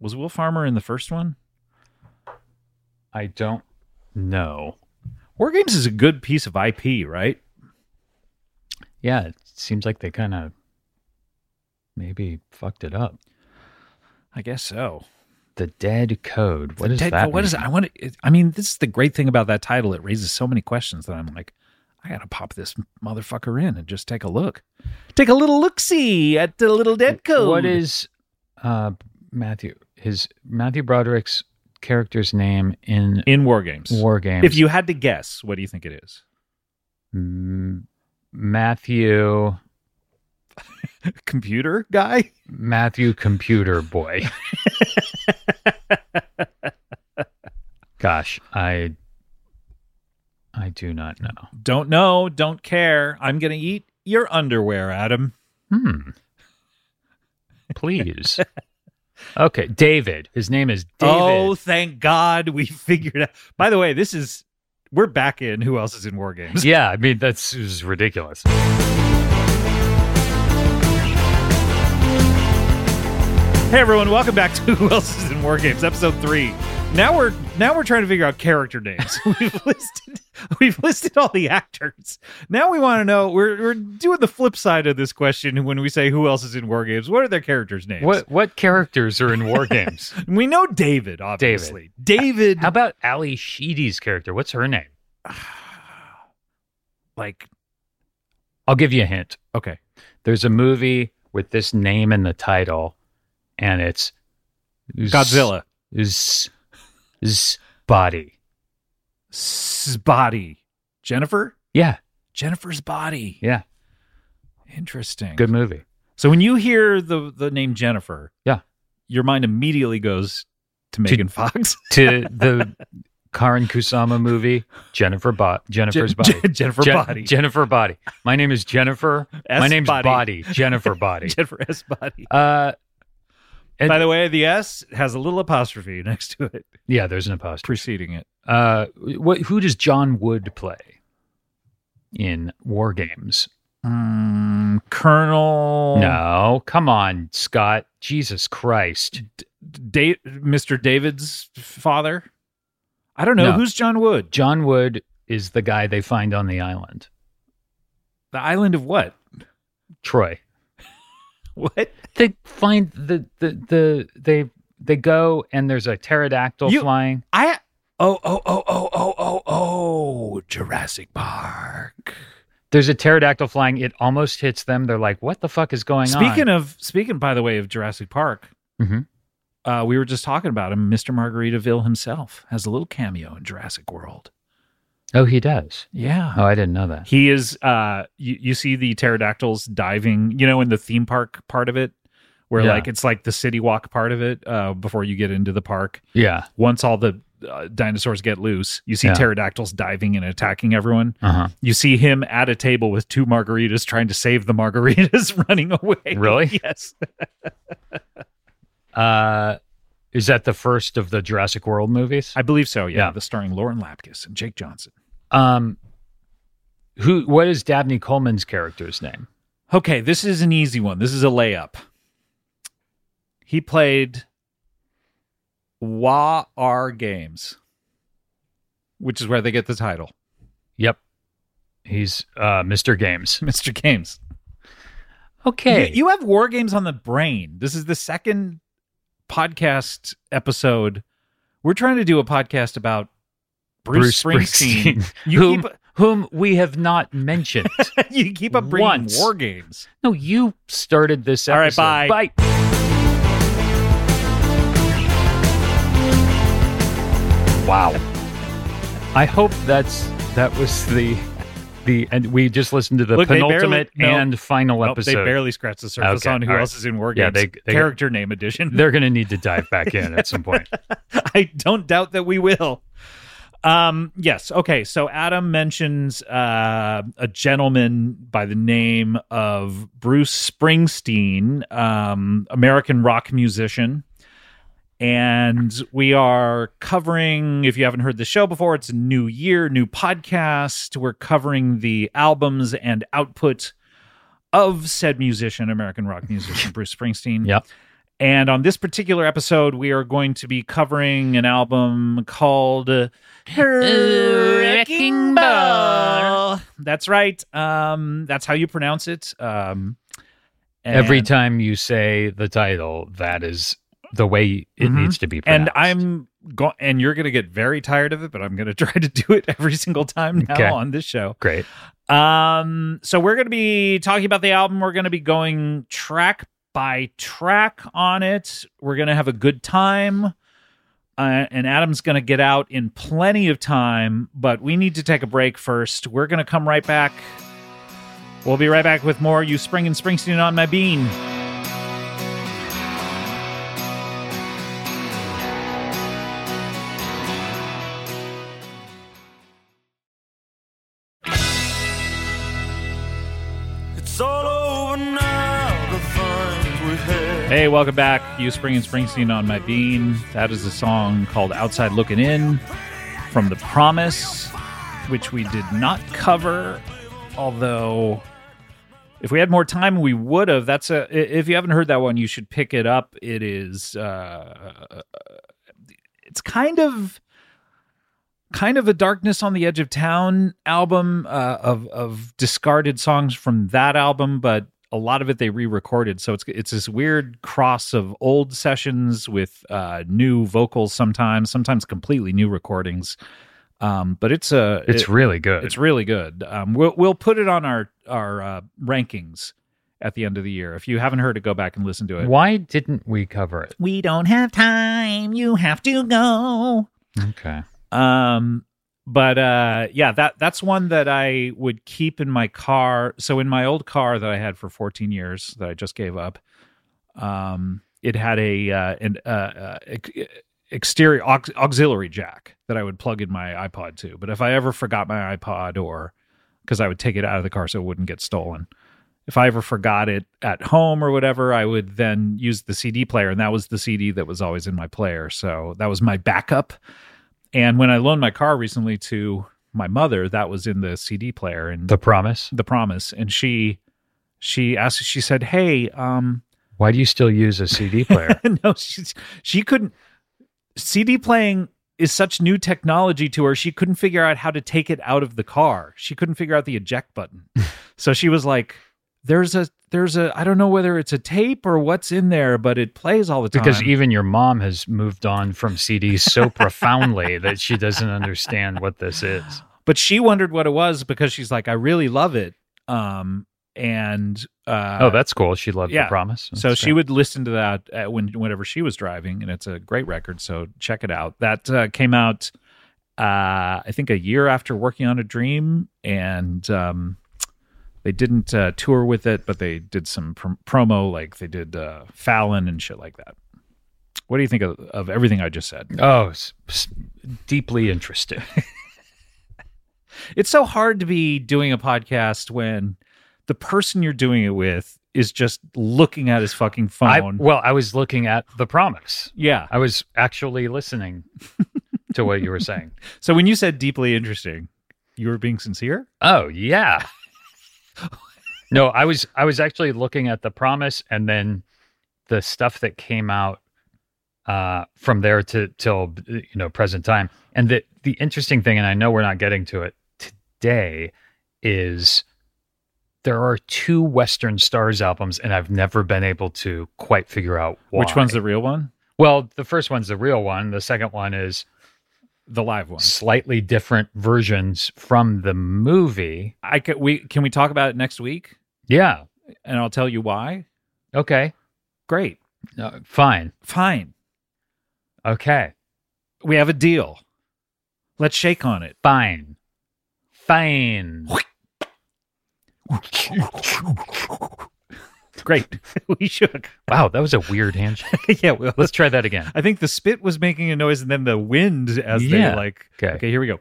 S1: was will farmer in the first one
S2: I don't know.
S1: war games is a good piece of ip right
S2: Yeah, it seems like they kind of maybe fucked it up.
S1: i guess so
S2: The dead code. What is
S1: Ted,
S2: that?
S1: What is
S2: mean?
S1: I want to? I mean, this is the great thing about that title. It raises so many questions that I'm like, I gotta pop this motherfucker in and just take a look, take a little look see at the little dead code.
S2: What is uh Matthew his Matthew Broderick's character's name in
S1: in war games?
S2: War Games?
S1: If you had to guess, what do you think it is?
S2: M- Matthew
S1: Computer guy?
S2: Matthew Computer Boy. Gosh, I I do not know.
S1: Don't know. Don't care. I'm gonna eat your underwear, Adam.
S2: Hmm. Please. Okay, David. His name is David.
S1: Oh, thank God we figured out. By the way, this is we're back in. Who else is in war games?
S2: Yeah, I mean that's it was ridiculous.
S1: Hey everyone, welcome back to Who Else Is in War Games, episode three. Now we're now we're trying to figure out character names. We've listed we've listed all the actors. Now we want to know we're we're doing the flip side of this question when we say who else is in War Games. What are their characters' names?
S2: What what characters are in war games?
S1: We know David, obviously. David,
S2: How about Ali Sheedy's character? What's her name?
S1: like
S2: I'll give you a hint.
S1: okay.
S2: There's a movie with this name in the title, and it's
S1: Godzilla.
S2: is is body.
S1: S- body. Jennifer?
S2: Yeah,
S1: Jennifer's body.
S2: yeah.
S1: Interesting.
S2: Good movie.
S1: So when you hear the the name Jennifer,
S2: Yeah.
S1: your mind immediately goes to Megan Fox.
S2: To the Karin Kusama movie, Jennifer Bot Jennifer's
S1: Jen-
S2: body.
S1: Jennifer
S2: Jen-
S1: Body.
S2: Jennifer Body. My name is Jennifer.
S1: S.
S2: My name's
S1: Body.
S2: Body. Jennifer Body.
S1: Jennifer S. Body.
S2: Uh, and-
S1: By the way, the S has a little apostrophe next to it,
S2: yeah, there's an apostrophe.
S1: preceding it.
S2: Uh, what, who does John Wood play in War Games?
S1: Mm,
S2: Oh.
S1: Colonel.
S2: No, come on, Scott. Jesus Christ.
S1: Da- Mr. David's father. I don't know
S2: No.
S1: who's John Wood.
S2: John Wood is the guy they find on the island.
S1: The island of what?
S2: Troy.
S1: What?
S2: They find the the the they they go and there's a pterodactyl
S1: You-
S2: flying.
S1: I. Oh oh oh oh oh oh oh! Jurassic Park.
S2: There's a pterodactyl flying. It almost hits them. They're like, "What the fuck is going on?"
S1: Speaking of speaking, by the way, of Jurassic Park,
S2: Mhm.
S1: uh, we were just talking about him. Mr. Margaritaville himself has a little cameo in Jurassic World.
S2: oh, he does.
S1: Yeah,
S2: Oh, I didn't know that.
S1: he is. Uh, you, you see the pterodactyls diving, you know, in the theme park part of it, where
S2: Yeah.
S1: like it's like the city walk part of it uh, before you get into the park.
S2: Yeah,
S1: Once all the uh, dinosaurs get loose. You see
S2: Yeah.
S1: pterodactyls diving and attacking everyone.
S2: Uh-huh.
S1: You see him at a table with two margaritas trying to save the margaritas running away.
S2: Really?
S1: Yes.
S2: Uh, is that the first of the Jurassic World movies?
S1: I believe so. Yeah.
S2: Yeah.
S1: The starring Lauren Lapkus and Jake Johnson.
S2: Um, who? What is Dabney Coleman's character's name?
S1: Okay, this is an easy one. This is a layup. He played Wa R Games, which is where they get the title,
S2: Yep, he's uh, Mr. Games.
S1: Mr. Games.
S2: Okay,
S1: You, you have War Games on the brain. This is the second podcast episode. We're trying to do a podcast about Bruce, Springsteen. You
S2: whom,
S1: keep-
S2: whom we have not mentioned.
S1: you keep up bringing
S2: Once.
S1: War Games.
S2: no, you started this
S1: All right,
S2: episode.
S1: bye.
S2: Bye. Wow. I hope that's that was the the and we just listened to the
S1: Look, they barely-
S2: penultimate
S1: no.
S2: and final
S1: Nope,
S2: episode.
S1: they barely scratched the surface
S2: Okay,
S1: on who
S2: all right.
S1: else is in War
S2: Yeah,
S1: Games.
S2: they- they-
S1: Character name edition.
S2: They're going to need to dive back in at some point.
S1: I don't doubt that we will. Um, yes. Okay. So Adam mentions uh, a gentleman by the name of Bruce Springsteen, um, American rock musician. And we are covering, if you haven't heard the show before, it's a new year, new podcast. We're covering the albums and output of said musician, American rock musician, Bruce Springsteen.
S2: Yep.
S1: And on this particular episode, we are going to be covering an album called uh, Wrecking Ball. That's right. Um, that's how you pronounce it. Um, and-
S2: Every time you say the title, that is the way it
S1: Mhm.
S2: needs to be
S1: And
S2: pronounced.
S1: I'm go- and you're going to get very tired of it, but I'm going to try to do it every single time now
S2: Okay.
S1: on this show.
S2: great.
S1: Um, so we're going to be talking about the album. We're going to be going track by track on it. We're going to have a good time. Uh, and Adam's going to get out in plenty of time, but we need to take a break first. We're going to come right back. We'll be right back with more You Spring and Springsteen on My Bean.
S4: It's all over now, the fun we had.
S1: Hey, welcome back. You Spring and Springsteen on My Bean. That is a song called Outside Looking In from The Promise, which we did not cover. Although, if we had more time, we would have. That's a. i- If you haven't heard that one, you should pick it up. It is. Uh, it's kind of. Kind of a darkness on the edge of town album uh, of of discarded songs from that album, but a lot of it they re-recorded. So it's it's this weird cross of old sessions with uh, new vocals sometimes, sometimes completely new recordings. Um, but it's a
S2: It's
S1: it-
S2: really good.
S1: it's really good. Um, we'll we'll put it on our our uh, rankings at the end of the year. If you haven't heard it, go back and listen to it.
S2: Why didn't we cover it?
S1: We don't have time. You have to go.
S2: Okay.
S1: Um, but uh, yeah, that that's one that I would keep in my car. So in my old car that I had for 14 years that I just gave up, um, it had a uh, an uh, uh, ex- exterior aux- auxiliary jack that I would plug in my iPod to. But if I ever forgot my iPod or because I would take it out of the car so it wouldn't get stolen. If I ever forgot it at home or whatever, I would then use the CD player, and that was the CD that was always in my player. So that was my backup. And when I loaned my car recently to my mother, that was in the CD player and
S2: The Promise.
S1: the promise. And she she asked, she said, "Hey, um,
S2: Why do you still use a CD player?
S1: no, she's she couldn't. CD playing is such new technology to her. She couldn't figure out how to take it out of the car. She couldn't figure out the eject button. so she was like, "There's a there's a I don't know whether it's a tape or what's in there, but it plays all the time."
S2: Because e-, even your mom has moved on from CDs so profoundly that she doesn't understand what this is.
S1: but she wondered what it was because she's like, "I really love it." Um, and uh,
S2: Oh, that's cool. She loved
S1: yeah.
S2: The Promise.
S1: so
S2: That's
S1: she
S2: great.
S1: would listen to that uh when whenever she was driving, and it's a great record. So check it out. That uh, came out, uh, I think, a year after working on a dream, and um, they didn't uh, tour with it, but they did some prom- promo, like they did uh, Fallon and shit like that. What do you think of, of everything I just said?
S2: Oh, s- s- deeply interested.
S1: It's so hard to be doing a podcast when the person you're doing it with is just looking at his fucking
S2: I,
S1: phone.
S2: well, I was looking at the promise.
S1: yeah.
S2: I was actually listening to what you were saying.
S1: So when you said deeply interesting, you were being sincere?
S2: Oh yeah. no, I was I was actually looking at the promise and then the stuff that came out uh from there to till you know present time. And the the interesting thing and I know we're not getting to it today is there are two Western Stars albums and I've never been able to quite figure out why.
S1: Which one's the real one?
S2: Well, the first one's the real one, the second one is
S1: The live one.
S2: slightly different versions from the movie.
S1: I can we can we talk about it next week
S2: Yeah.
S1: and I'll tell you why?
S2: Okay.
S1: Great.
S2: No, fine.
S1: Fine.
S2: Okay.
S1: We have a deal. Let's shake on it.
S2: Fine. Fine.
S1: Great. we shook.
S2: Wow, that was a weird handshake.
S1: yeah, well,
S2: Let's try that again.
S1: I think the spit was making a noise and then the wind as
S2: Yeah.
S1: they like
S2: Okay.
S1: Okay, here we go.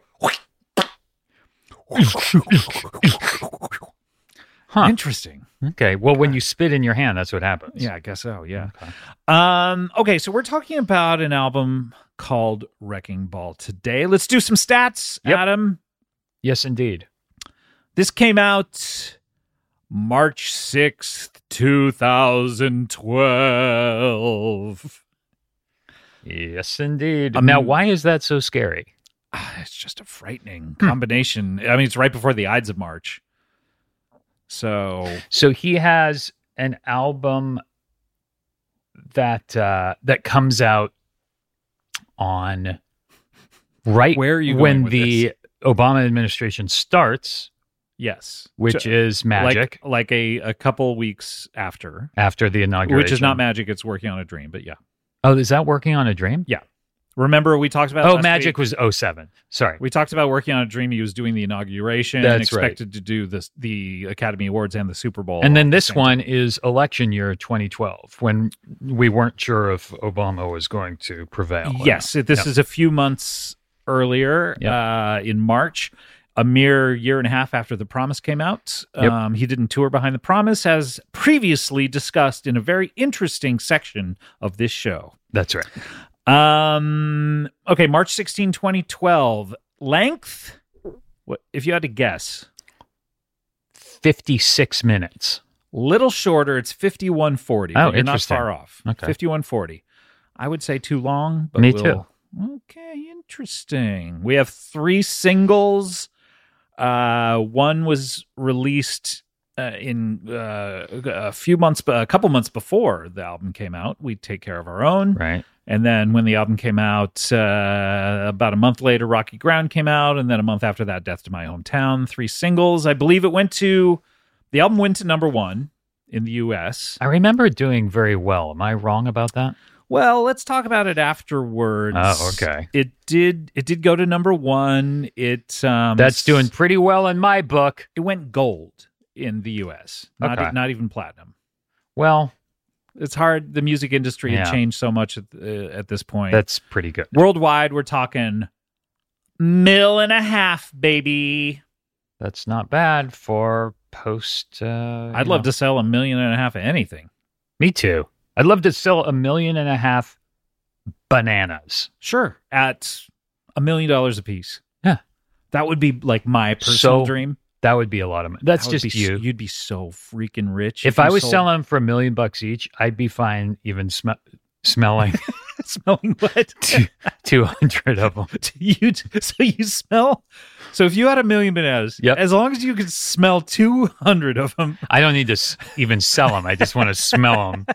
S2: Huh.
S1: Interesting.
S2: Okay. Well, when you spit in your hand, that's what happens.
S1: Yeah, I guess so. Yeah.
S2: Okay.
S1: Um, okay, so we're talking about an album called Wrecking Ball today. Let's do some stats,
S2: Yep.
S1: Adam.
S2: Yes, indeed.
S1: This came out March 6th, 2012.
S2: Yes, indeed.
S1: Um,
S2: now, why is that so scary?
S1: Ah, It's just a frightening
S2: Hmm.
S1: combination. I mean, it's right before the Ides of March. So,
S2: So he has an album that uh, that comes out on right
S1: Where are you
S2: when
S1: going with
S2: the Obama administration starts,
S1: yes.
S2: which
S1: Ju-
S2: is magic
S1: Like, like a, a couple weeks after,
S2: after the inauguration,
S1: which is not magic. It's working on a dream, but yeah.
S2: Oh, is that working on a dream?
S1: Remember, we talked about
S2: Oh,
S1: last
S2: Magic
S1: week-
S2: was 07. Sorry.
S1: We talked about working on a dream. He was doing the inauguration and
S2: That's right.
S1: expected to do this, the Academy Awards and the Super Bowl.
S2: and
S1: at
S2: then
S1: the
S2: this
S1: same
S2: one is election year 2012 when we weren't sure if Obama was going to prevail. or
S1: Yes, it- this
S2: Yeah.
S1: is a few months earlier uh, in March, a mere year and a half after The Promise came out.
S2: Yep.
S1: Um, he didn't tour behind The Promise, as previously discussed in a very interesting section of this show.
S2: not. That's right.
S1: Um, okay, March 16, 2012. Length? What, if you had to guess,
S2: 56 minutes.
S1: little shorter. It's 5140.
S2: Oh,
S1: but you're not
S2: interesting.
S1: far off.
S2: Okay.
S1: 5140. I would say too long, but
S2: Me
S1: we'll-
S2: too.
S1: Okay, interesting. We have three singles. Uh, one was released uh, in uh, a few months, a couple months before the album came out. We take care of our own,
S2: Right.
S1: and then when the album came out, uh, about a month later, Rocky Ground came out, and then a month after that, Death to My Hometown. Three singles. I believe it went to the album went to number one in the U.S.
S2: I remember it doing very well. Am I wrong about that?
S1: Well, let's talk about it afterwards.
S2: Oh, okay.
S1: It did. It did go to number one. It um,
S2: That's doing pretty well in my book.
S1: It went gold in the U.S. Not e,
S2: Okay.
S1: not even platinum.
S2: Well,
S1: It's hard. The music industry
S2: Yeah.
S1: had changed so much at, uh, at this point.
S2: that's pretty good.
S1: Worldwide, we're talking mill and a half, baby.
S2: That's not bad for post. Uh,
S1: I'd love to sell a million and a half of anything.
S2: Me too. I'd love to sell a million and a half bananas.
S1: Sure, at a million dollars a piece.
S2: Yeah.
S1: that would be like my personal
S2: So-
S1: dream.
S2: That would be a lot of money. That's
S1: That would
S2: just
S1: be,
S2: you.
S1: You'd be so freaking rich
S2: If I
S1: you
S2: was
S1: sold-
S2: selling them for a million bucks each, I'd be fine even sm- smelling
S1: smelling what?
S2: two- 200 of them.
S1: you so you smell. So if you had a million bananas,
S2: Yep.
S1: as long as you could smell two hundred of them,
S2: I don't need to s- even sell them. I just want to smell them.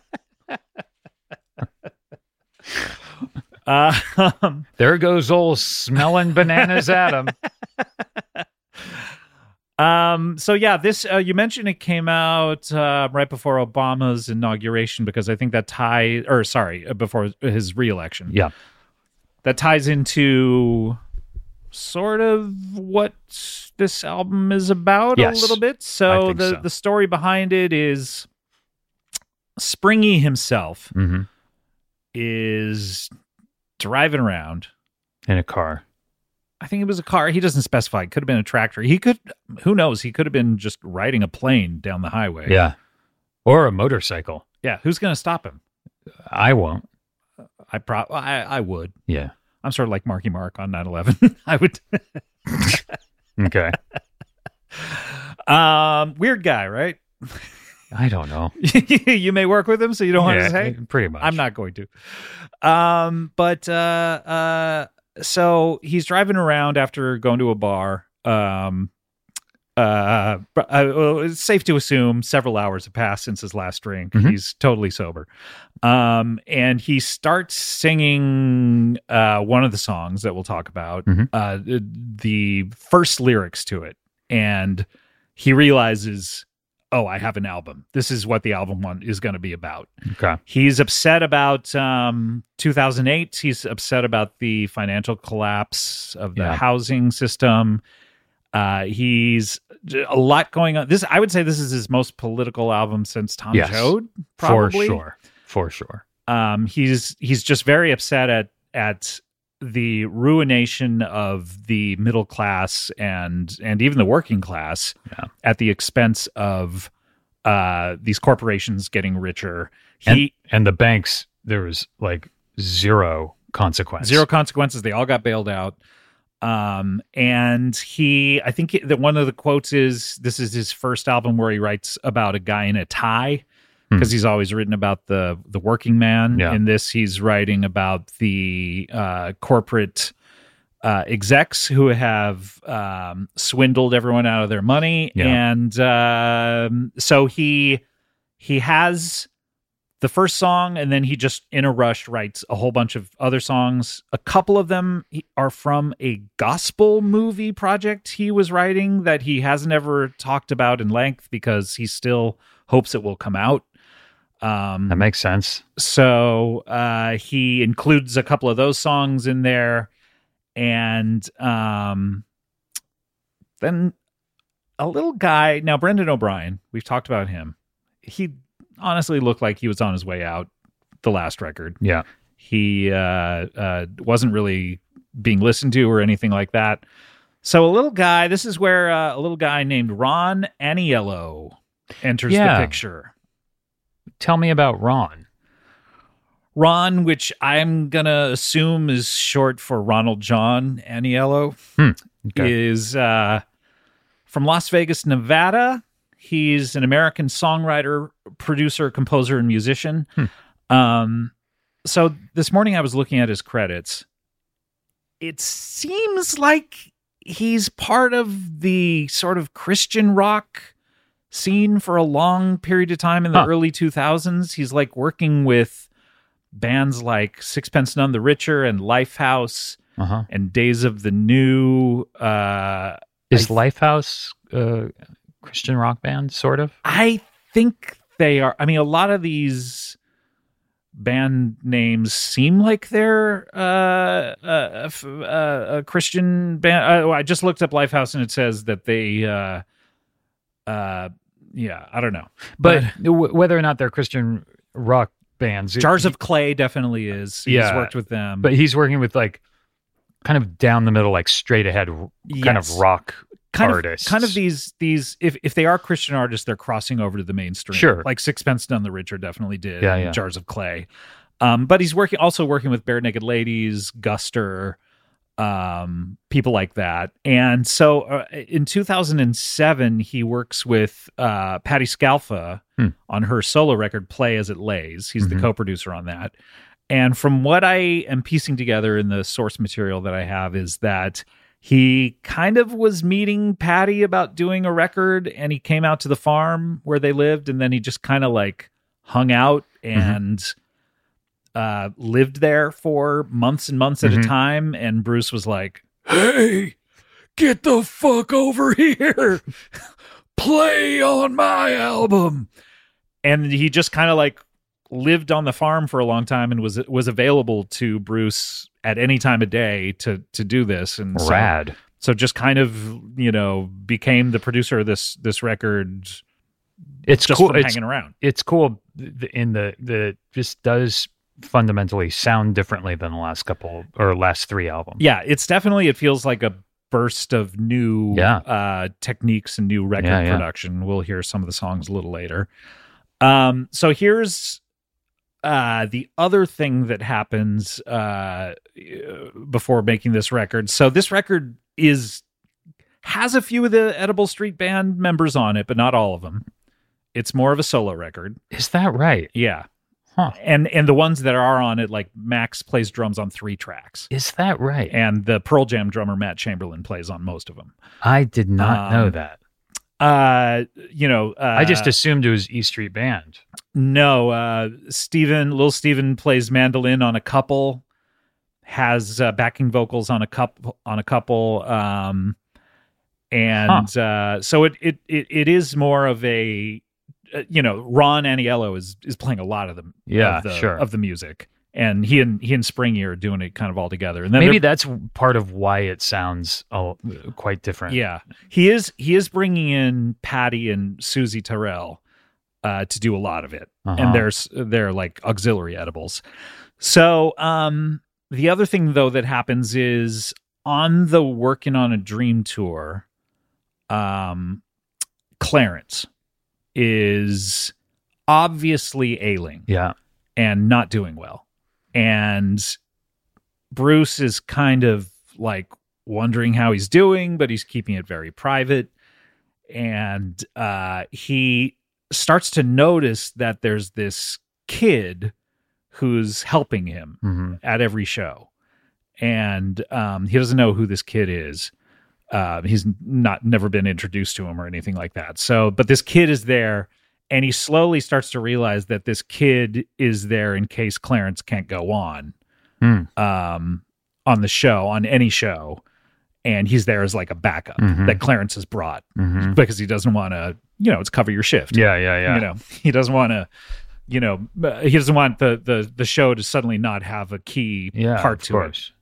S1: uh,
S2: There goes old smelling bananas at 'em.
S1: Um, so yeah, this uh, you mentioned it came out uh, right before Obama's inauguration because I think that tie or sorry uh, before his reelection.
S2: Yeah.
S1: that ties into sort of what this album is about
S2: Yes,
S1: a little bit.
S2: I
S1: So
S2: think
S1: the
S2: so.
S1: the story behind it is Springy himself
S2: hmm
S1: is driving around.
S2: in a car.
S1: I think it was a car. He doesn't specify. It could have been a tractor. He could, who knows? He could have been just riding a plane down the highway.
S2: Yeah. Or a motorcycle.
S1: Yeah. Who's going to stop him?
S2: I won't.
S1: I pro. I, I would.
S2: Yeah.
S1: I'm sort of like Marky Mark on 9/11. I would.
S2: Okay.
S1: Um, weird guy, right?
S2: I don't know.
S1: you may work with him, so you don't want
S2: Yeah,
S1: to say.
S2: pretty much.
S1: I'm not going to. Um, but uh, uh, so he's driving around after going to a bar. Um, uh, but, uh, well, it's safe to assume several hours have passed since his last drink.
S2: Mhm.
S1: He's totally sober. Um, and he starts singing uh, one of the songs that we'll talk about,
S2: Mhm.
S1: uh, the- the first lyrics to it. And he realizes, oh, I have an album. This is what the album one is going to be about.
S2: Okay.
S1: He's upset about um, 2008. He's upset about the financial collapse of the
S2: Yeah.
S1: housing system. Uh, he's a lot going on. This, I would say, this is his most political album since Tom
S2: Yes.
S1: Joad. Probably.
S2: For sure. For sure.
S1: Um, he's he's just very upset at at the ruination of the middle class and and even the working class
S2: Yeah.
S1: at the expense of uh, these corporations getting richer. He
S2: And the banks, there was like zero consequence.
S1: Zero consequences. They all got bailed out. Um, and he, I think that one of the quotes is this is his first album where he writes about a guy in a tie because he's always written about the the working man.
S2: Hmm. Yeah.
S1: In this, he's writing about the uh, corporate uh, execs who have um, swindled everyone out of their money,
S2: Yeah.
S1: and um, so he he has the first song and then he just in a rush writes a whole bunch of other songs a couple of them he- are from a gospel movie project he was writing that he hasn't ever talked about in length because he still hopes it will come out um
S2: That makes sense.
S1: so uh, he includes a couple of those songs in there, and um, then a little guy. Now Brendan O'Brien, we've talked about him. He honestly looked like he was on his way out. The last record,
S2: Yeah.
S1: he uh, uh, wasn't really being listened to or anything like that. So a little guy. This is where uh, a little guy named Ron Aniello enters
S2: Yeah.
S1: the picture.
S2: Tell me about Ron.
S1: Ron, which I'm gonna assume is short for Ronald John Aniello, is uh, from Las Vegas, Nevada. He's an American songwriter, producer, composer, and musician. Um, so this morning I was looking at his credits. It seems like he's part of the sort of Christian rock scene for a long period of time in the
S2: Huh.
S1: early 2000s. He's like working with bands like Sixpence None the Richer and Lifehouse
S2: Uh huh.
S1: and Days of the New. Uh,
S2: Is
S1: I-
S2: Lifehouse uh, Christian rock band sort of?
S1: I think they are. I mean, a lot of these band names seem like they're uh, uh, f- uh, a Christian band. Uh, I just looked up Lifehouse and it says that they. Uh, uh, yeah, I don't know.
S2: But w- whether or not they're Christian rock bands, it-
S1: Jars of Clay definitely is. He's
S2: Yeah.
S1: worked with them.
S2: but he's working with like kind of down the middle, like straight ahead r- kind
S1: Yes.
S2: of rock
S1: kind
S2: artists.
S1: of kind of these these if if they are Christian artists, they're crossing over to the mainstream.
S2: Sure.
S1: like Sixpence None the Richer definitely did.
S2: Yeah,
S1: and
S2: yeah.
S1: Jars of Clay. Um, but he's working also working with Bare Naked Ladies, Guster, um, people like that. And so uh, in 2007, he works with uh, Patty Scalfa
S2: Hmm.
S1: on her solo record "Play as It Lays." He's
S2: Mhm.
S1: the co-producer on that. And from what I am piecing together in the source material that I have is that he kind of was meeting Patty about doing a record and he came out to the farm where they lived and then he just kind of like hung out and uh, lived there for months and months at
S2: Mhm.
S1: a time. And Bruce was like, Mm-hmm. Hey, get the fuck over here. Play on my album. And he just kind of like lived on the farm for a long time and was was available to Bruce at any time of day to to do this and so-
S2: rad.
S1: so just kind of you know became the producer of this this record
S2: It's
S1: just
S2: cool.
S1: from
S2: It's,
S1: hanging around
S2: it's cool th- in the the just does fundamentally sound differently than the last couple or last three albums.
S1: Yeah, it's definitely it feels like a burst of new
S2: Yeah.
S1: uh techniques and new record
S2: Yeah, yeah.
S1: production. We'll hear some of the songs a little later. Um so here's uh the other thing that happens uh before making this record. So this record is has a few of the Edible Street Band members on it, but not all of them. It's more of a solo record.
S2: Is that right?
S1: Yeah.
S2: Huh.
S1: And and the ones that are on it like Max plays drums on 3 tracks
S2: Is that right?
S1: and the Pearl Jam drummer Matt Chamberlain plays on most of them.
S2: I did not know
S1: Um,
S2: that.
S1: Uh, you know, uh,
S2: I just assumed it was E Street Band.
S1: no. Uh, Steven, little Steven plays mandolin on a couple, has uh, backing vocals on a couple on a couple, um, and uh, so it, it it it is more of a uh, you know Ron Aniello is is playing a lot of them
S2: Yeah,
S1: of the,
S2: sure.
S1: of the music. And he and he and Springy are doing it kind of all together, and then
S2: Maybe
S1: they're-
S2: that's part of why it sounds all, quite different.
S1: Yeah, he is. He is bringing in Patty and Susie Terrell uh, to do a lot of it,
S2: Uh-huh.
S1: and there's they're like auxiliary edibles. So um, the other thing though that happens is on the working on a dream tour, um, Clarence is obviously ailing
S2: Yeah.
S1: and not doing well. And Bruce is kind of like wondering how he's doing, but he's keeping it very private. And uh, he starts to notice that there's this kid who's helping him
S2: hmm
S1: at every show. And um, he doesn't know who this kid is. Uh, he's not never been introduced to him or anything like that. So, but this kid is there, and he slowly starts to realize that this kid is there in case Clarence can't go on,
S2: Hmm.
S1: um, on the show, on any show, and he's there as like a backup
S2: Mhm.
S1: that Clarence has brought
S2: hmm
S1: because he doesn't want to, you know, it's cover your shift
S2: Yeah. Yeah. Yeah.
S1: you know he doesn't want to you know uh, he doesn't want the the the show to suddenly not have a key
S2: yeah.
S1: part
S2: of
S1: to it
S2: course.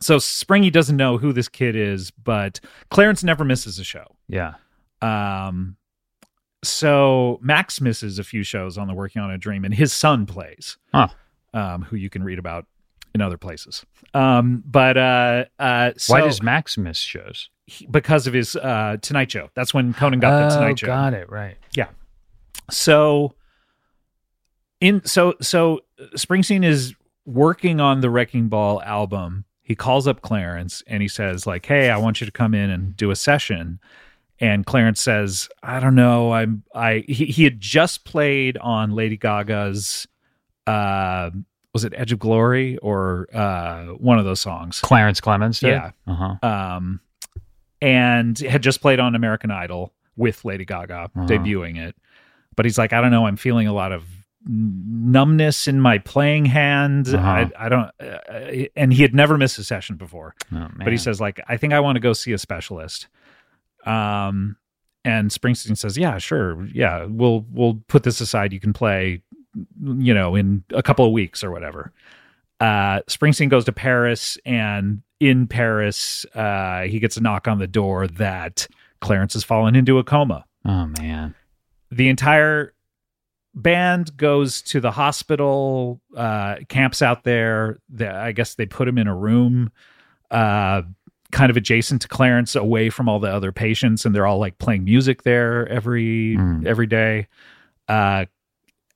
S1: so springy doesn't know who this kid is but clarence never misses a show
S2: Yeah.
S1: um so max misses a few shows on the working on a dream and his son plays
S2: Huh.
S1: um who you can read about in other places um but uh uh so
S2: why does Max miss shows?
S1: he- because of his uh tonight show that's when conan got the
S2: oh,
S1: tonight show
S2: got it. Right.
S1: so in so so springsteen is working on the wrecking ball album he calls up clarence and he says like hey i want you to come in and do a session and clarence says i don't know i'm i he, he had just played on lady gaga's uh was it edge of glory or uh one of those songs
S2: Clarence Clemens. Did?
S1: Yeah.
S2: Uh huh.
S1: um, and had just played on American Idol with Lady Gaga debuting it. But he's like, I don't know, I'm feeling a lot of n- numbness in my playing hand.
S2: Uh-huh.
S1: I, I don't, uh, and he had never missed a session before.
S2: Oh,
S1: But he says, like, I think I want to go see a specialist. Um, and Springsteen says, Yeah, sure, yeah, we'll we'll put this aside. You can play, you know, in a couple of weeks or whatever. Uh, Springsteen goes to Paris, and in Paris, uh, he gets a knock on the door that Clarence has fallen into a coma.
S2: "Oh man,
S1: The entire band goes to the hospital, uh, camps out there. The, I guess they put him in a room, uh, kind of adjacent to Clarence, away from all the other patients, and they're all like playing music there every
S2: Mm.
S1: every day. Uh,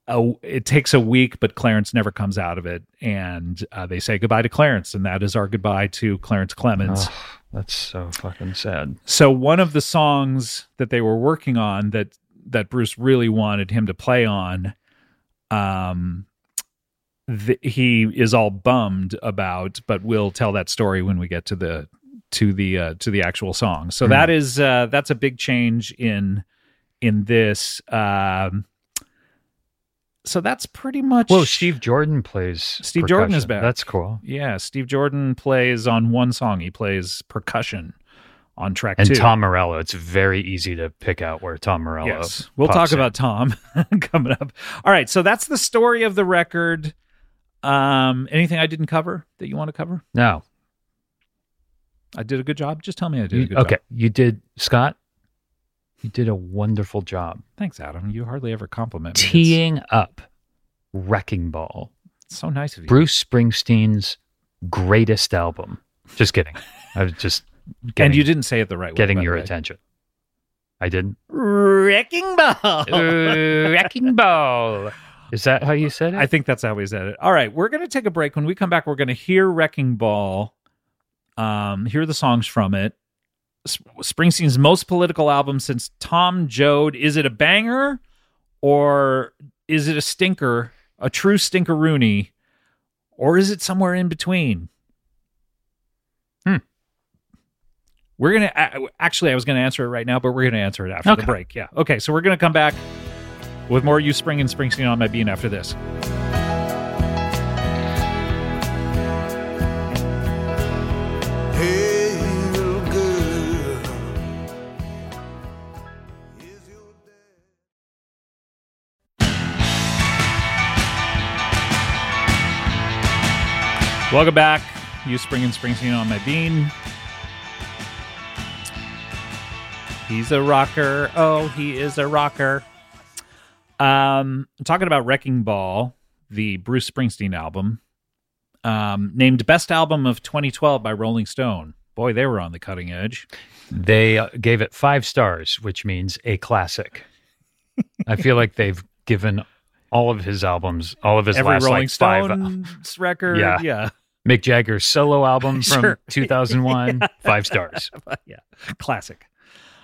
S1: a- it takes a week, but Clarence never comes out of it, and uh, they say goodbye to Clarence, and that is our goodbye to Clarence Clemens.
S2: Ugh, that's so fucking sad."
S1: So one of the songs that they were working on that that Bruce really wanted him to play on, um, th- he is all bummed about, but we'll tell that story when we get to the to the uh, to the actual song. So that
S2: Hmm.
S1: is uh, that's a big change in in this. Um, so that's pretty much.
S2: Well, Steve Jordan plays.
S1: Steve Jordan is
S2: percussion.
S1: back.
S2: That's cool.
S1: Yeah, Steve Jordan plays on one song. He plays percussion on track
S2: And
S1: two.
S2: Tom Morello. It's very easy to pick out where Tom Morello.
S1: Yes. We'll
S2: pops
S1: talk
S2: in.
S1: about Tom coming up. All right. So that's the story of the record. Um, anything I didn't cover that you want to cover?
S2: No.
S1: I did a good job. Just tell me I did
S2: You-
S1: a good job.
S2: okay. You did, Scott. You did a wonderful job
S1: Thanks, Adam. You hardly ever compliment me. It's-
S2: teeing up Wrecking Ball
S1: So nice of you.
S2: Bruce Springsteen's greatest album. Just kidding. I was just getting,
S1: and you didn't say it the right way.
S2: getting
S1: by the
S2: your
S1: way.
S2: attention. I didn't.
S1: Wrecking ball.
S2: Wrecking ball. Uh, Is that how you said it?
S1: I think that's how we said it. All right, we're going to take a break. When we come back, we're going to hear Wrecking Ball, um, hear the songs from it. Sp- Springsteen's most political album since Tom Joad. Is it a banger or is it a stinker, a true stinkeroonie, or is it somewhere in between?
S2: Hmm.
S1: We're going to actually, I was going to answer it right now, but we're going to answer it after
S2: Okay.
S1: the break. Yeah. Okay. So we're going to come back with more You Spring and Springsteen on my bean after this.
S4: Hey, little girl. If you're dead.
S1: Welcome back. You Spring and Springsteen on my bean. He's a rocker. Oh, he is a rocker. Um, talking about Wrecking Ball, the Bruce Springsteen album, um, named Best Album of 2012 by Rolling Stone. Boy, they were on the cutting edge.
S2: They uh, gave it five stars, which means a classic. I feel like they've given all of his albums, all of his
S1: Every
S2: last
S1: Rolling
S2: like five. al-
S1: Stone record.
S2: Yeah.
S1: yeah.
S2: Mick Jagger's solo album from
S1: Sure.
S2: 2001, five stars.
S1: Yeah. Classic.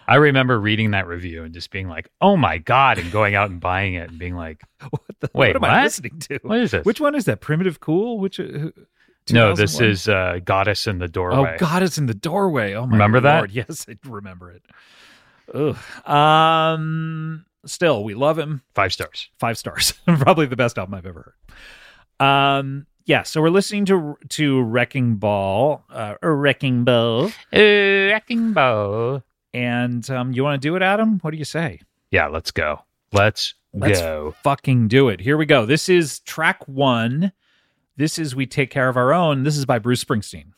S2: I remember reading that review and just being like, "Oh my god!" and going out and buying it and being like,
S1: What the
S2: Wait,
S1: what am I
S2: what?
S1: listening to?
S2: "What is this?"
S1: Which one is that? Primitive Cool? Which uh, who-
S2: no, this
S1: 2001?
S2: is uh, "Goddess in the Doorway."
S1: Oh God, it's in the doorway. Oh my
S2: Remember that?
S1: Lord. Yes, I remember it. Ugh. Um still, we love him.
S2: Five stars.
S1: Five stars. Probably the best album I've ever heard. Um yeah, so we're listening to to Wrecking Ball, uh or Wrecking Ball. Uh,
S2: Wrecking Ball.
S1: And um you want to do it, Adam? What do you say?
S2: Yeah, let's go. Let's,
S1: Let's
S2: go.
S1: Fucking do it. Here we go. This is track 1. This is We Take Care of Our Own. This is by Bruce Springsteen.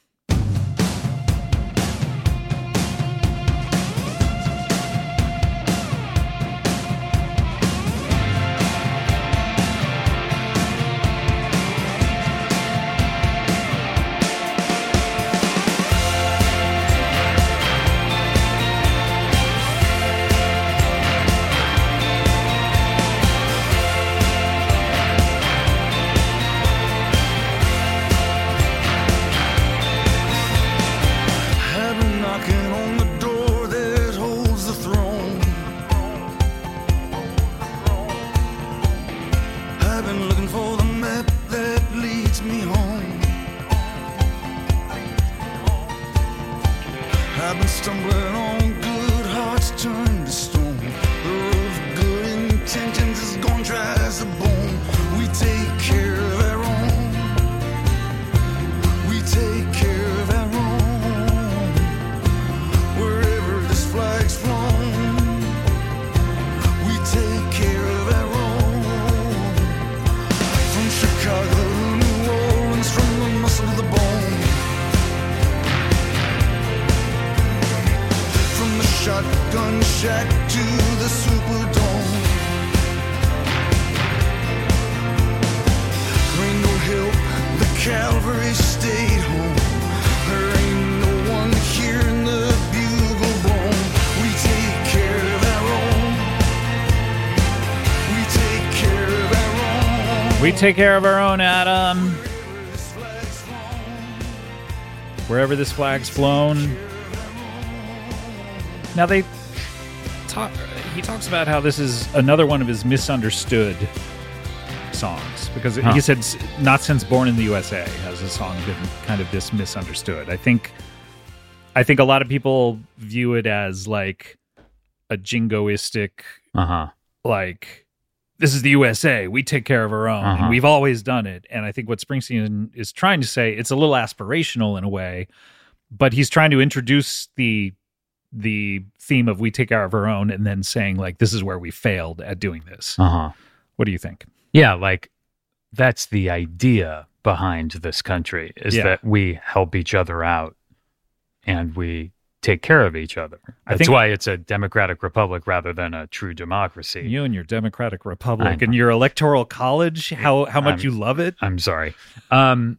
S4: I've been knocking on the door that holds the throne. I've been looking for the map that leads me home. I've been stumbling on good hearts turned to stone. The road of good intentions is gone dry as a bone. We take care of our own. We take care of our own wherever this flag's flown. We take care of our own from Chicago to New Orleans, from the muscle to the bone, from the shotgun shack to the Superdome. There ain't no help, the Calvary stayed home. There ain't no one here in the bugle bone. We take care of our own. We take care of our own.
S1: We take care of our own, Adam.
S4: This flag's flown.
S1: wherever this flag's flown. Now they talk. He talks about how this is another one of his misunderstood songs because
S2: Huh.
S1: he said s- not since Born in the USA has a song been kind of this misunderstood. I think, I think a lot of people view it as like a jingoistic
S2: Uh huh.
S1: like this is the USA. We take care of our own.
S2: Uh-huh.
S1: And we've always done it. And I think what Springsteen is trying to say, it's a little aspirational in a way, but he's trying to introduce the the theme of we take care of our own and then saying like this is where we failed at doing this.
S2: Uh huh.
S1: What do you think?
S2: Yeah, like that's the idea behind this country is
S1: Yeah.
S2: that we help each other out and we take care of each other. That's
S1: think-
S2: why it's a democratic republic rather than a true democracy.
S1: You and your Democratic
S2: I
S1: Republic
S2: know.
S1: and your electoral college, how how much
S2: I'm-
S1: you love it.
S2: I'm sorry. Um,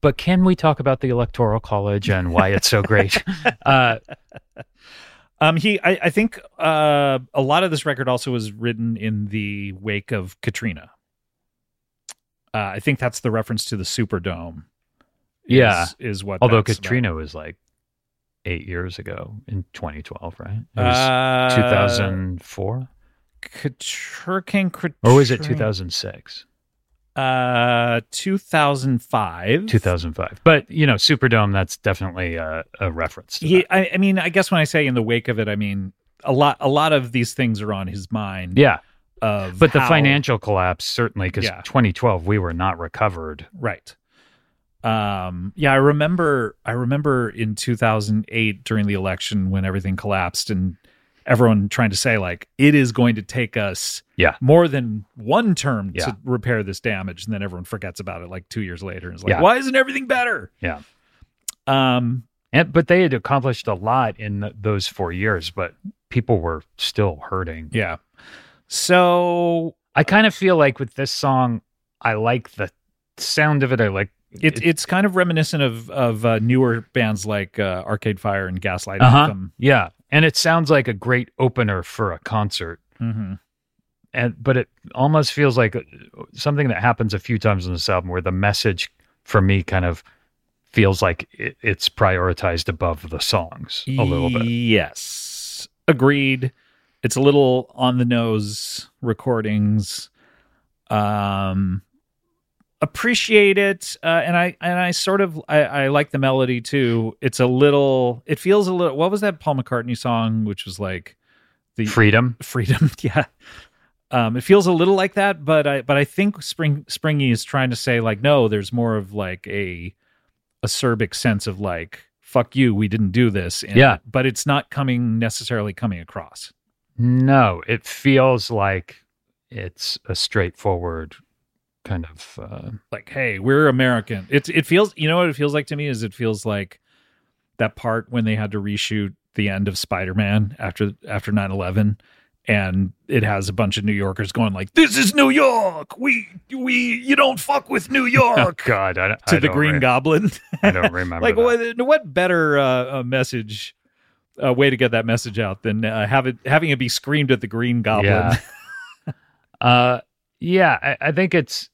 S2: but can we talk about the electoral college and why it's so great? uh,
S1: Um, he, I, I think, uh, a lot of this record also was written in the wake of Katrina. Uh, I think that's the reference to the Superdome. is-
S2: Yeah.
S1: is what.
S2: although
S1: that's about.
S2: Katrina was like eight years ago in 2012, right? It was
S1: Uh,
S2: 2004
S1: Katr- King Katrina.
S2: or was it 2006,
S1: Uh, two thousand five.
S2: 2005? But you know, Superdome. That's definitely a, a reference. To
S1: Yeah,
S2: that.
S1: I, I mean, I guess when I say in the wake of it, I mean a lot. A lot of these things are on his mind.
S2: yeah.
S1: Of
S2: But the
S1: how-
S2: financial collapse certainly because
S1: Yeah.
S2: 2012 we were not recovered.
S1: Right. Um yeah, I remember I remember in 2008 during the election when everything collapsed and everyone trying to say like it is going to take us
S2: Yeah.
S1: more than one term
S2: Yeah.
S1: to repair this damage and then everyone forgets about it like 2 years later and is like
S2: Yeah.
S1: why isn't everything better?
S2: Yeah.
S1: Um
S2: And, but they had accomplished a lot in th those four years, but people were still hurting.
S1: yeah. So
S2: I kind of feel like with this song, I like the sound of it. I like
S1: it, it's kind of reminiscent of of uh, newer bands like uh, Arcade Fire and Gaslight
S2: Uh-huh.
S1: Anthem.
S2: yeah, and it sounds like a great opener for a concert.
S1: Mhm.
S2: And but it almost feels like uh, something that happens a few times in this album, where the message for me kind of feels like it, it's prioritized above the songs a little bit.
S1: Yes. Agreed. It's a little on the nose recordings. Um appreciate it uh, and i and i sort of I, I like the melody too it's a little it feels a little what was that paul mccartney song which was like the
S2: Freedom,
S1: freedom yeah um it feels a little like that but i but i think spring springy is trying to say like no there's more of like a acerbic sense of like fuck you we didn't do this and,
S2: Yeah.
S1: but it's not coming necessarily coming across
S2: no, it feels like it's a straightforward kind of. Uh,
S1: like hey we're american it it feels you know what it feels like to me is it feels like that part when they had to reshoot the end of spider-man after after 9-11 and it has a bunch of new yorkers going like this is new york we we you don't fuck with new
S2: oh
S1: york
S2: God, I, don't-
S1: to
S2: I
S1: the
S2: don't
S1: Green
S2: re-
S1: Goblin.
S2: I don't remember.
S1: like
S2: that.
S1: what, what better uh, uh, message, uh, way to get that message out than uh, have it, having it be screamed at the Green Goblin?
S2: Yeah. Uh, yeah, I, I think it's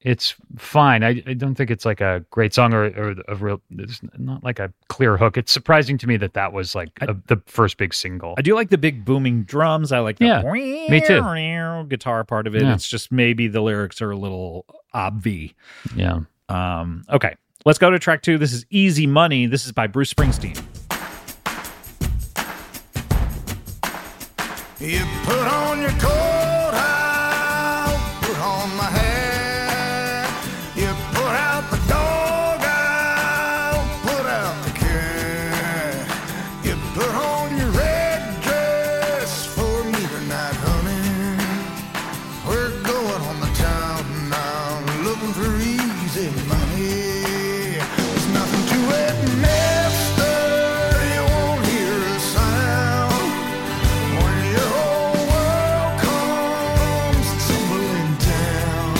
S2: it's fine. I, I don't think it's like a great song or, or a real. It's not like a clear hook. It's surprising to me that that was like
S1: I-
S2: a, the first big single.
S1: I do like the big booming drums. I like the
S2: Yeah,
S1: me
S2: too.
S1: guitar part of it.
S2: Yeah.
S1: It's just maybe the lyrics are a little obvi.
S2: yeah,
S1: Um, okay, let's go to track two. This is Easy Money. This is by Bruce Springsteen.
S4: You put on your coat, I put on my hat. You put out the dog, I put out the cat. You put on your red dress for me tonight, honey. We're going on the town now, looking for easy money. There's nothing to it, mister. You won't hear a sound. When your whole world comes tumbling down,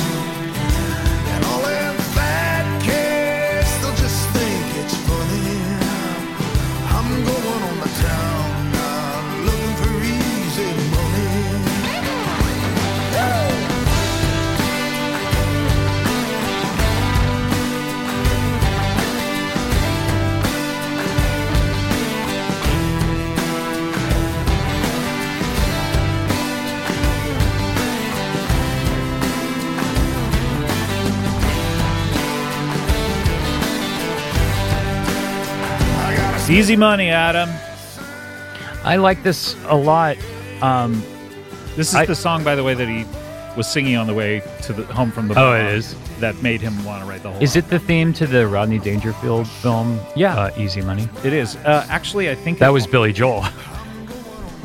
S4: and all them fat kids they'll just think it's funny. I'm going on the town now, looking for easy money. I gotta
S1: It's Easy Money, Adam.
S2: I like this a lot. Um,
S1: This is
S2: I-
S1: the song, by the way, that he was singing on the way to the home from the.
S2: Oh, it
S1: Bahamas
S2: is?
S1: That made him want to write the whole.
S2: is it the theme to the Rodney Dangerfield film?
S1: Yeah.
S2: uh, Easy Money.
S1: It is. Uh, actually, I think
S2: That
S1: it-
S2: was Billy Joel.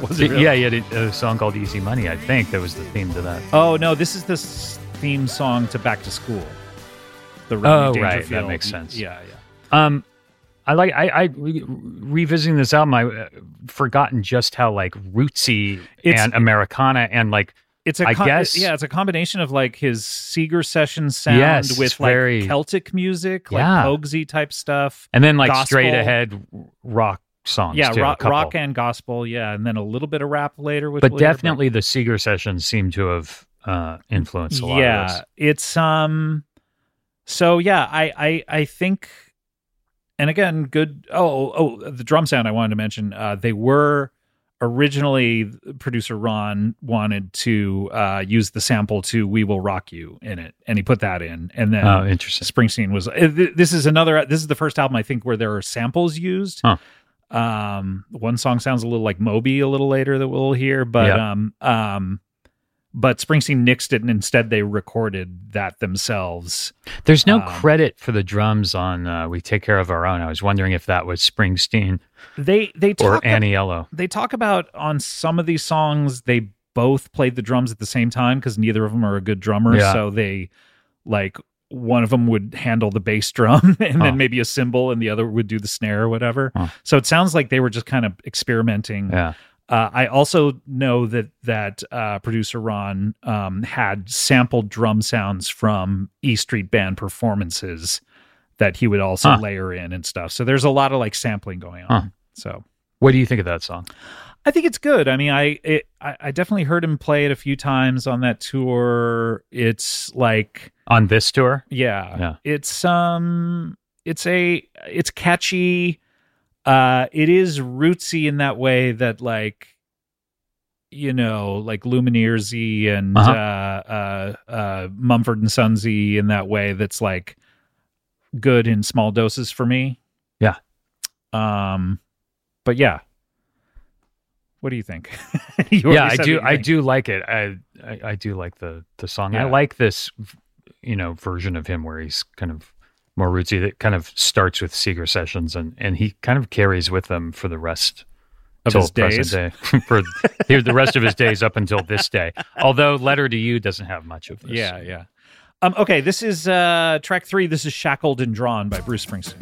S1: Was it really?
S2: yeah, he had a, a song called Easy Money. I think that was the theme to that.
S1: Oh no, this is the s- theme song to Back to School. The
S2: Oh, right, that
S1: Dangerfield-
S2: makes sense.
S1: Yeah, yeah.
S2: Um, I like I, I re- revisiting this album. I uh, forgotten just how like rootsy
S1: It's-
S2: and Americana and like
S1: It's a
S2: I guess-
S1: yeah, it's a combination of like his Seeger session sound
S2: Yes,
S1: with
S2: it's
S1: like
S2: very-
S1: Celtic music,
S2: Yeah.
S1: like Pogsy type stuff.
S2: and then like
S1: Gospel.
S2: straight ahead rock songs.
S1: yeah,
S2: too, a
S1: rock,
S2: couple.
S1: rock and gospel, yeah, and then a little bit of rap later which
S2: but
S1: we'll hear,
S2: definitely the Seeger sessions seem to have uh, influenced a lot
S1: yeah,
S2: of this.
S1: it's um so yeah, I I I think and again, good oh oh the drum sound I wanted to mention, uh they were originally producer Ron wanted to uh use the sample to We Will Rock You in it and he put that in and then
S2: Oh, interesting.
S1: Springsteen was. eh, th- This is another. This is the first album I think where there are samples used.
S2: Huh.
S1: Um, one song sounds a little like Moby a little later that we'll hear, but
S2: Yeah.
S1: um, um, but Springsteen nixed it and instead they recorded that themselves.
S2: There's no
S1: Um,
S2: credit for the drums on uh, "We Take Care of Our Own." I was wondering if that was Springsteen
S1: They they talk
S2: or
S1: ab-
S2: Aniello.
S1: they talk about on some of these songs they both played the drums at the same time because neither of them are a good drummer
S2: Yeah.
S1: so they like one of them would handle the bass drum and
S2: Huh.
S1: then maybe a cymbal and the other would do the snare or whatever
S2: Huh.
S1: so it sounds like they were just kind of experimenting
S2: Yeah.
S1: uh, i also know that that uh, producer ron um, had sampled drum sounds from e street band performances that he would also
S2: Huh.
S1: layer in and stuff so there's a lot of like sampling going on
S2: Huh.
S1: so
S2: What do you think of that song?
S1: I think it's good. I mean, I it, I, I definitely heard him play it a few times on that tour. It's like,
S2: On this tour?
S1: yeah,
S2: Yeah.
S1: it's um, it's a, it's catchy. Uh, it is rootsy in that way that like, you know, like Lumineersy and uh
S2: Uh-huh.
S1: uh, uh, Mumford and Sonsy in that way. That's like good in small doses for me.
S2: Yeah.
S1: Um, but yeah. What do you think? You
S2: yeah,
S1: already
S2: I
S1: said
S2: do.
S1: what you
S2: I
S1: think.
S2: do like it. I I, I do like the the song.
S1: Yeah.
S2: I like this, you know, version of him where he's kind of more rootsy. That kind of starts with Seeger sessions, and and he kind of carries with him for the rest
S1: Of
S2: till
S1: his
S2: present day. for here, the rest of his days up until this day. Although "Letter to You" doesn't have much of this.
S1: Yeah, yeah. Um, okay, this is uh, track three. This is Shackled and Drawn by Bruce Springsteen.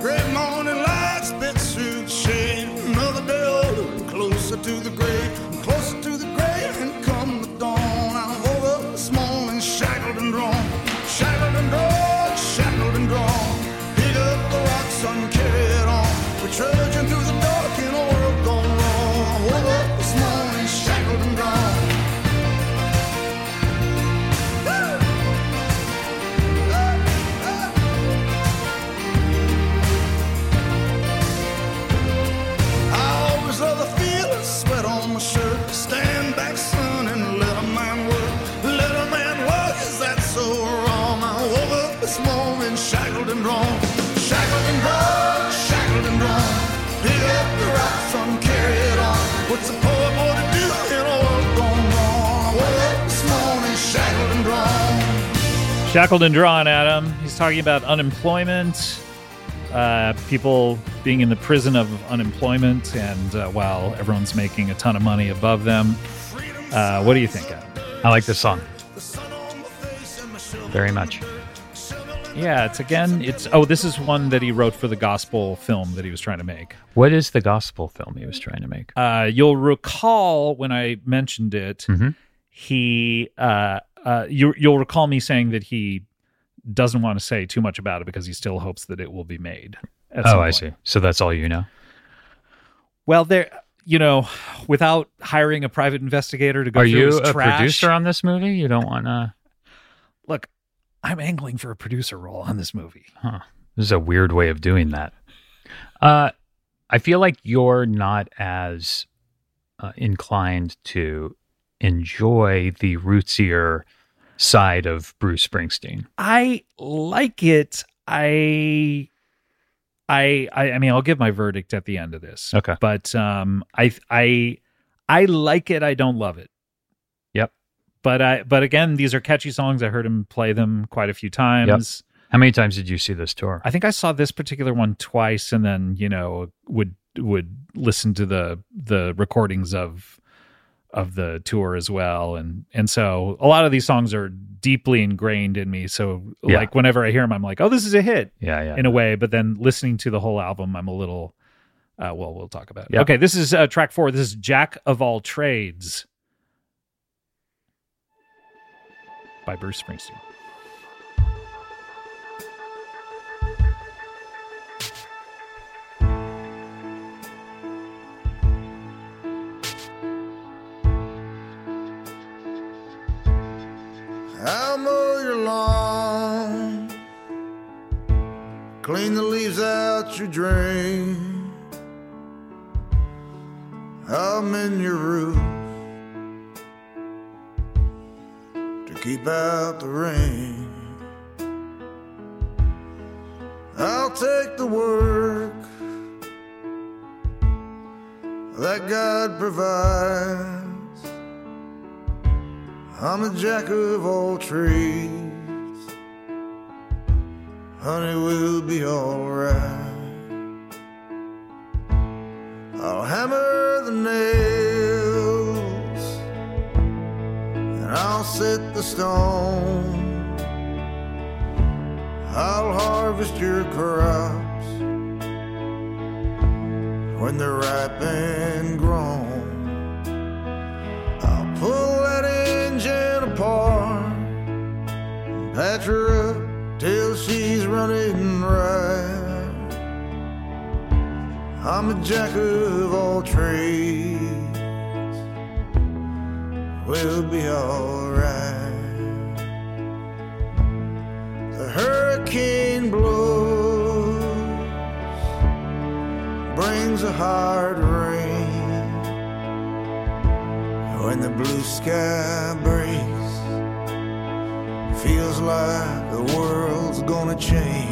S4: Great morning lights bit through the shade. Another day older, closer to the grave, and closer to the grave, and come the dawn. I woke up this morning shackled and drawn, shackled and drawn, shackled and drawn. Pick up the rocks and carry it on. We're trudging through the dark in a world gone wrong. I woke up this morning shackled and drawn. I always love the feeling, sweat on my shirt. Stand back, son, and let a man work. Let a man work, is that so wrong? I woke up this morning shackled and drawn. Shackled and drawn, shackled and drawn. Pick up the rocks and carry it on. What's a poor boy to do in a world gone wrong? I woke up this morning shackled and drawn.
S1: Shackled and Drawn, Adam. He's talking about unemployment, uh, people being in the prison of unemployment, and uh, while everyone's making a ton of money above them. Uh, what do you think, Adam?
S2: I like this song
S4: The sun on my face and my shovel.
S2: very much.
S1: Yeah, it's again, it's oh, this is one that he wrote for the gospel film that he was trying to make.
S2: What is the gospel film he was trying to make?
S1: Uh, you'll recall when I mentioned it,
S2: Mhm.
S1: he, uh, uh, you, you'll recall me saying that he doesn't want to say too much about it because he still hopes that it will be made. at some
S2: Oh, I
S1: point.
S2: see. So that's all you know.
S1: Well, there, you know, without hiring a private investigator to go
S2: Are
S1: through
S2: you
S1: his
S2: a
S1: trash,
S2: producer on this movie? You don't want to.
S1: Look, I'm angling for a producer role on this movie.
S2: This is a weird way of doing that. Uh, I feel like you're not as uh, inclined to enjoy the rootsier side of Bruce Springsteen.
S1: I like it. I, I, I, I mean, I'll give my verdict at the end of this.
S2: Okay.
S1: but um, I, I, I like it. I don't love it.
S2: Yep.
S1: But I, but again, these are catchy songs. I heard him play them quite a few times.
S2: How many times did you see this tour?
S1: I think I saw this particular one twice, and then you know would would listen to the the recordings of of the tour as well, and and so a lot of these songs are deeply ingrained in me. So
S2: Yeah.
S1: like whenever I hear them, I'm like, oh, this is a hit
S2: yeah, yeah.
S1: in a way. But then listening to the whole album, I'm a little. Uh, well, we'll talk about it.
S2: Yeah.
S1: Okay, this is uh, track four. This is Jack of All Trades by Bruce Springsteen.
S4: I'll mow your lawn, clean the leaves out your drain. I'm in your roof to keep out the rain. I'll take the work that God provides. I'm a jack of all trades. Honey, we'll be alright. I'll hammer the nails and I'll set the stone. I'll harvest your crops when they're ripe and grown. I'll pull that engine apart, and patch her up till she's running right. I'm a jack of all trades, we'll be alright. The hurricane blows, brings a hard rain. When the blue sky breaks, feels like the world's gonna change.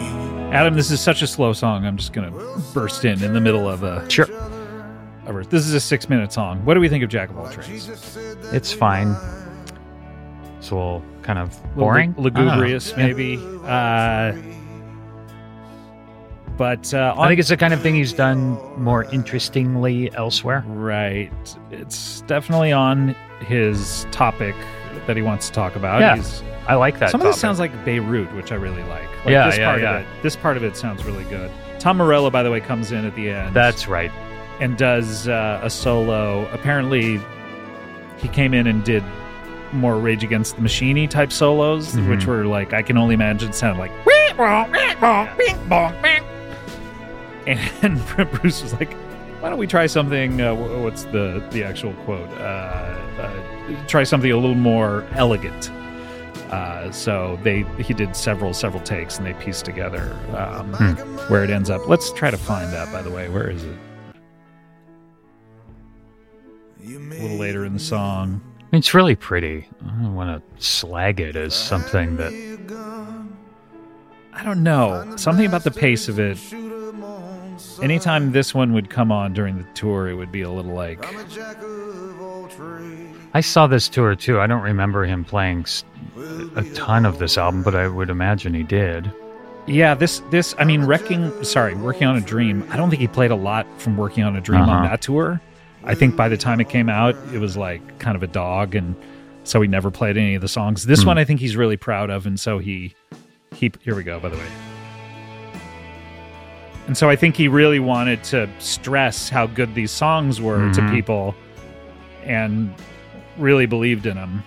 S1: Adam, this is such a slow song. I'm just gonna burst in in the middle of a.
S2: Sure.
S1: a verse. This is a six minute song. What do we think of Jack of All
S4: Like
S1: Trades?
S4: Jesus said that
S2: It's
S4: we
S2: fine.
S4: might.
S2: It's a little kind of
S1: Little
S2: boring, Ah.
S1: lu- lugubrious,
S2: I don't know.
S1: maybe. Uh, but uh,
S2: I
S1: on-
S2: think it's the kind of thing he's done more interestingly elsewhere.
S1: right. It's definitely on his topic that he wants to talk about.
S2: Yeah,
S1: He's-
S2: I like that.
S1: some of this
S2: topic.
S1: sounds like Beirut, which I really like. like
S2: Yeah,
S1: this
S2: yeah,
S1: part
S2: yeah.
S1: Of it, this part of it sounds really good. Tom Morello, by the way, comes in at the end.
S2: That's right.
S1: and does uh, a solo. Apparently, he came in and did more Rage Against the Machine type solos,
S2: Mhm.
S1: which were like I can only imagine sound like. And Bruce was like, "Why don't we try something? Uh, wh- what's the the actual quote? Uh, uh, try something a little more elegant." Uh, so they he did several several takes and they pieced together um, where it ends up. Let's try to find that. By the way, where is it?
S4: You
S1: a little later in the song.
S2: I mean, it's really pretty. I don't want to slag it as something that
S4: made a gun,
S1: I don't know. Something about the pace of it.
S4: shoot 'em on sight.
S1: Anytime this one would come on during the tour, it would be a little like
S4: I'm a jack of all trades.
S2: I saw this tour too. I don't remember him playing s- a ton of this album, but I would imagine he did.
S1: Yeah, this this I mean wrecking sorry, working on a dream. I don't think he played a lot from working on a dream on
S2: Uh-huh.
S1: that tour. I think by the time it came out, it was like kind of a dog and so he never played any of the songs. This one I think he's really proud of and so he he here we go by the way. And so I think he really wanted to stress how good these songs were to
S2: Mhm.
S1: people and really believed in them.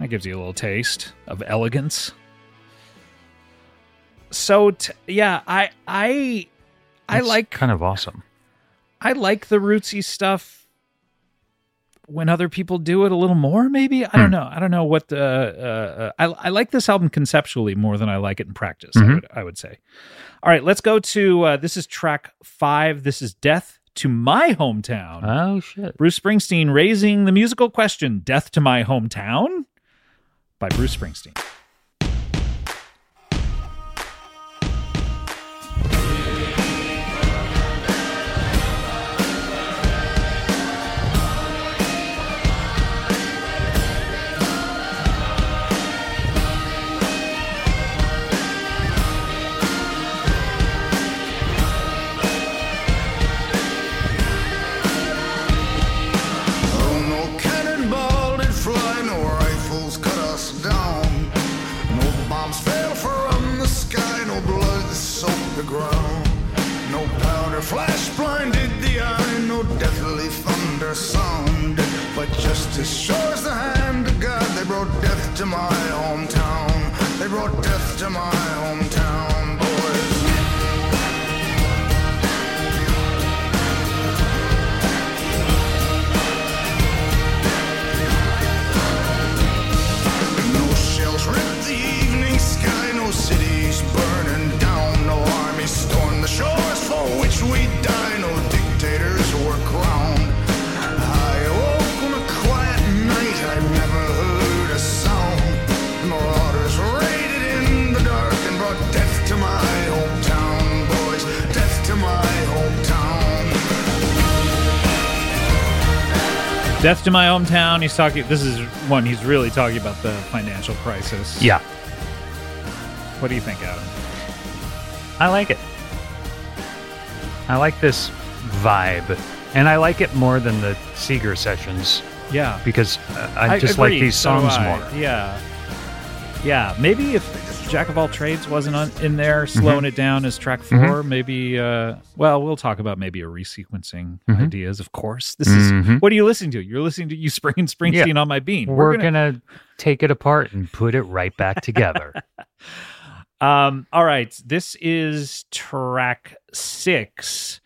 S1: That gives you a little taste of elegance. So t- yeah, I I I
S2: That's
S1: like
S2: kind of awesome.
S1: I like the rootsy stuff when other people do it a little more. Maybe I don't know. I don't know what the uh, uh, I I like this album conceptually more than I like it in practice. I,
S2: Mhm.
S1: would, I would say. All right, let's go to uh, this is track five. This is Death to My Hometown.
S2: Oh shit!
S1: Bruce Springsteen raising the musical question Death to My Hometown by Bruce Springsteen.
S4: Oh, flash blinded the eye, no deathly thunder sounded. But justice shows the hand of God. They brought death to my hometown. They brought death to my hometown, boys. No shells ripped the evening sky, no cities burning down, no armies storm the shores for which we die, no dictators were crowned. I awoke on a quiet night, I never heard a sound. Marauders raided in the dark and brought death to my hometown, boys, death to my hometown.
S1: Death to My Hometown. He's talking. This is one he's really talking about the financial crisis.
S2: Yeah,
S1: What do you think, Adam?
S2: I like it. I like this vibe, and I like it more than the Seeger sessions
S1: Yeah.
S2: because uh, I, just like
S1: agree,
S2: these
S1: so
S2: songs
S1: do I.
S2: more.
S1: Yeah. Yeah. Maybe if Jack of All Trades wasn't on, in there
S2: Mm-hmm.
S1: slowing it down as track 4 maybe, uh, well, we'll talk about maybe a resequencing
S2: Mm-hmm.
S1: ideas, of course. This
S2: Mhm.
S1: is what are you listening to? You're listening to You Spring Springsteen on My Bean.
S2: We're,
S1: gonna-
S2: gonna, take it apart and put it right back together.
S1: Um, all right, this is track six,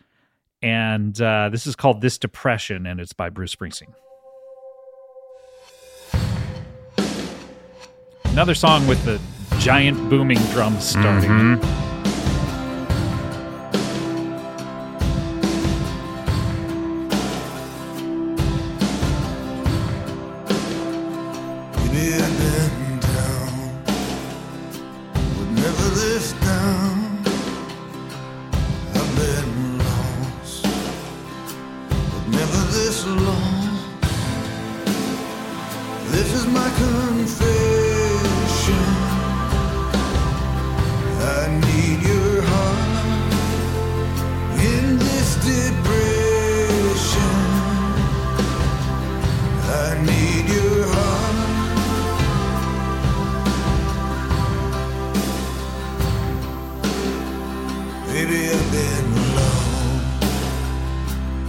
S1: and uh, this is called "This Depression," and it's by Bruce Springsteen. Another song with the giant booming drums starting.
S2: Mhm.
S4: Maybe I've been down, but never this down. I've been lost, but never this lost. This is my confession. I need your heart in this depression. I need your heart. Maybe I've been alone,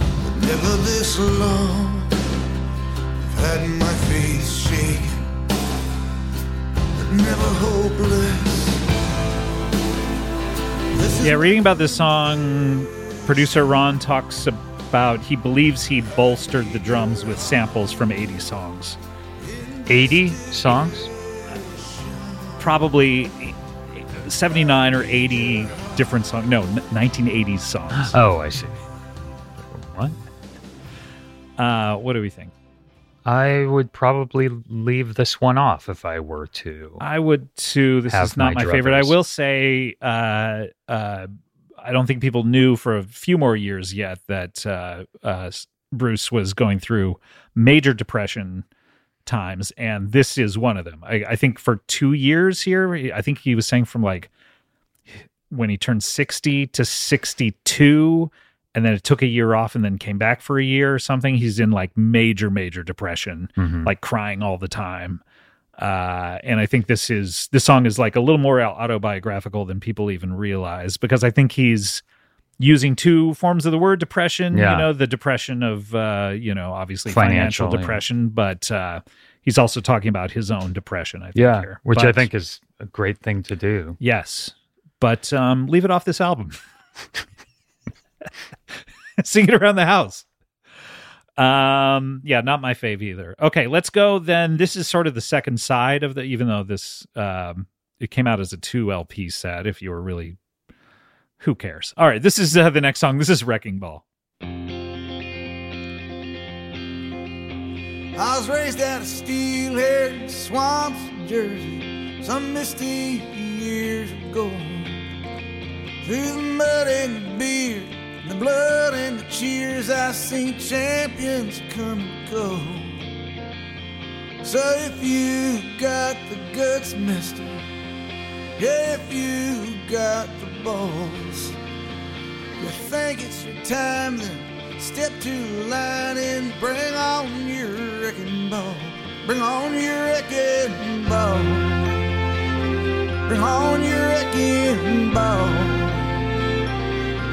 S4: but never this alone. I've had my faith shaken, but never hopeless. This is
S1: Yeah, reading about this song, producer Ron talks about he believes he bolstered the drums with samples from 80 songs.
S2: Eighty songs.
S1: Probably 79 or 80 different songs. No, 1980s songs.
S2: Oh, I see. What?
S1: Uh, what do we think?
S2: I would probably leave this one off if I were to.
S1: I would too. This
S2: Have
S1: is not
S2: my
S1: my, favorite. I
S2: druthers.
S1: will say, uh, uh, I don't think people knew for a few more years yet that uh, uh, s- Bruce was going through major depression times, and this is one of them. I, I think for two years here, he- I think he was saying from like when he turned 60 to 62 and then it took a year off and then came back for a year or something he's in like major major depression
S2: Mhm.
S1: like crying all the time. Uh, and I think this is this song is like a little more autobiographical than people even realize because I think he's using two forms of the word depression.
S2: Yeah.
S1: You know, the depression of uh, you know obviously financial,
S2: Financial, yeah.
S1: depression, but uh, he's also talking about his own depression. I think
S2: yeah,
S1: here.
S2: which I
S1: But-
S2: think is a great thing to do.
S1: yes, but um, leave it off this album. Sing it around the house. Um, yeah, not my fave either. Okay, let's go then. This is sort of the second side of the, even though this, um, it came out as a two LP set. If you were really, who cares? All right, this is uh, the next song. This is Wrecking Ball.
S4: I was raised out of steel haired swamps of Jersey some misty years ago. Through the mud and the beer, the blood and the cheers, I seen champions come and go. So if you got the guts, mister, yeah, if you got the balls, you think it's your time, then step to the line and bring on your wrecking ball. Bring on your wrecking ball. Bring on your wrecking ball.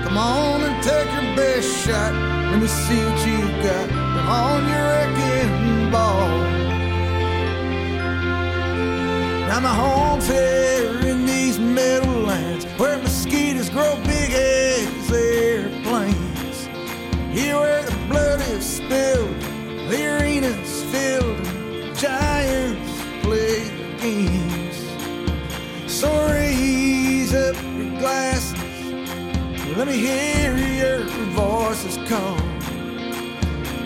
S4: Come on and take your best shot. Let me see what you got on your wrecking ball. Now my home's here in these meadowlands where mosquitoes grow big as airplanes. Here where the blood is spilled, the arena's filled, and giants play games. So raise up your glasses. Let me hear your voices call.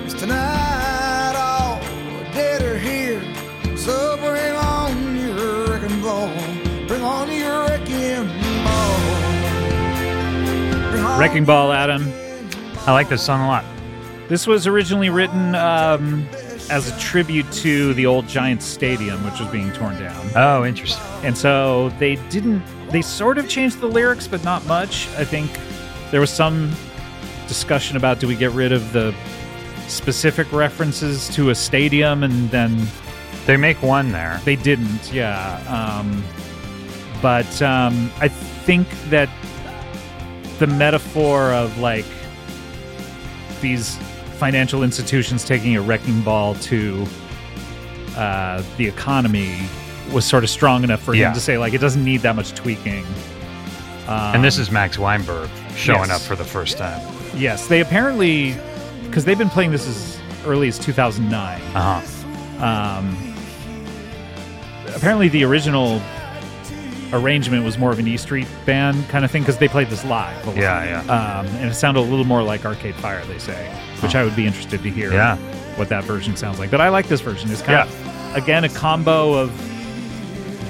S4: It's tonight, all the dead are here. So bring on your wrecking ball. Bring on your wrecking ball. Bring on
S1: Wrecking Ball, Adam.
S2: I like this song a lot.
S1: This was originally written um, as a tribute to the old Giants Stadium, which was being torn down.
S2: Oh, interesting.
S1: And so they didn't, they sort of changed the lyrics, but not much. I think there was some discussion about do we get rid of the specific references to a stadium, and then
S2: They make one there.
S1: they didn't, yeah. Um, but um, I think that the metaphor of like these financial institutions taking a wrecking ball to uh, the economy was sort of strong enough for
S2: Yeah.
S1: him to say like it doesn't need that much tweaking. Um,
S2: and this is Max Weinberg showing
S1: yes.
S2: up for the first time.
S1: yes, they apparently because they've been playing this as early as 2009.
S2: Uh huh.
S1: Um, apparently, the original arrangement was more of an E Street band kind of thing because they played this live. a lot.
S2: Yeah, yeah.
S1: Um, and it sounded a little more like Arcade Fire, they say, which I would be interested to hear
S2: Yeah.
S1: what that version sounds like. But I like this version. It's kind of, again, a combo of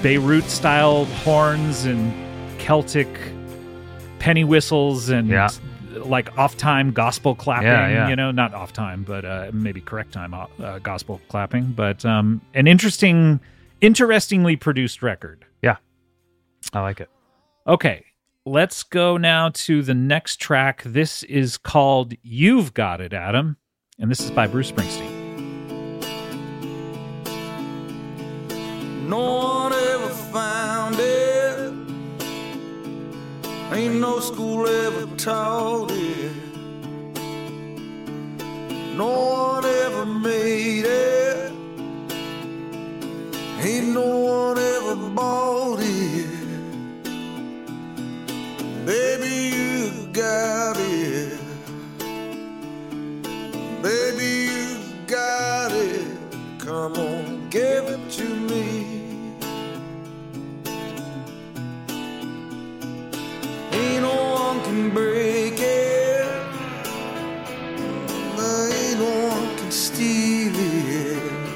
S1: Beirut style horns and Celtic penny whistles and
S2: Yeah.
S1: like off time gospel clapping.
S2: Yeah, yeah.
S1: You know, not off time, but uh, maybe correct time uh, uh, gospel clapping. But um, an interesting, interestingly produced record.
S2: Yeah. I like it.
S1: Okay, let's go now to the next track. This is called You've Got It, Adam. And this is by Bruce Springsteen.
S4: No one ever found it. Ain't no school ever taught it. No one ever made it. Ain't no one ever bought it. Baby, you got it. Baby, you got it. Come on, give it to me. Ain't no one can break it. Ain't no one can steal it.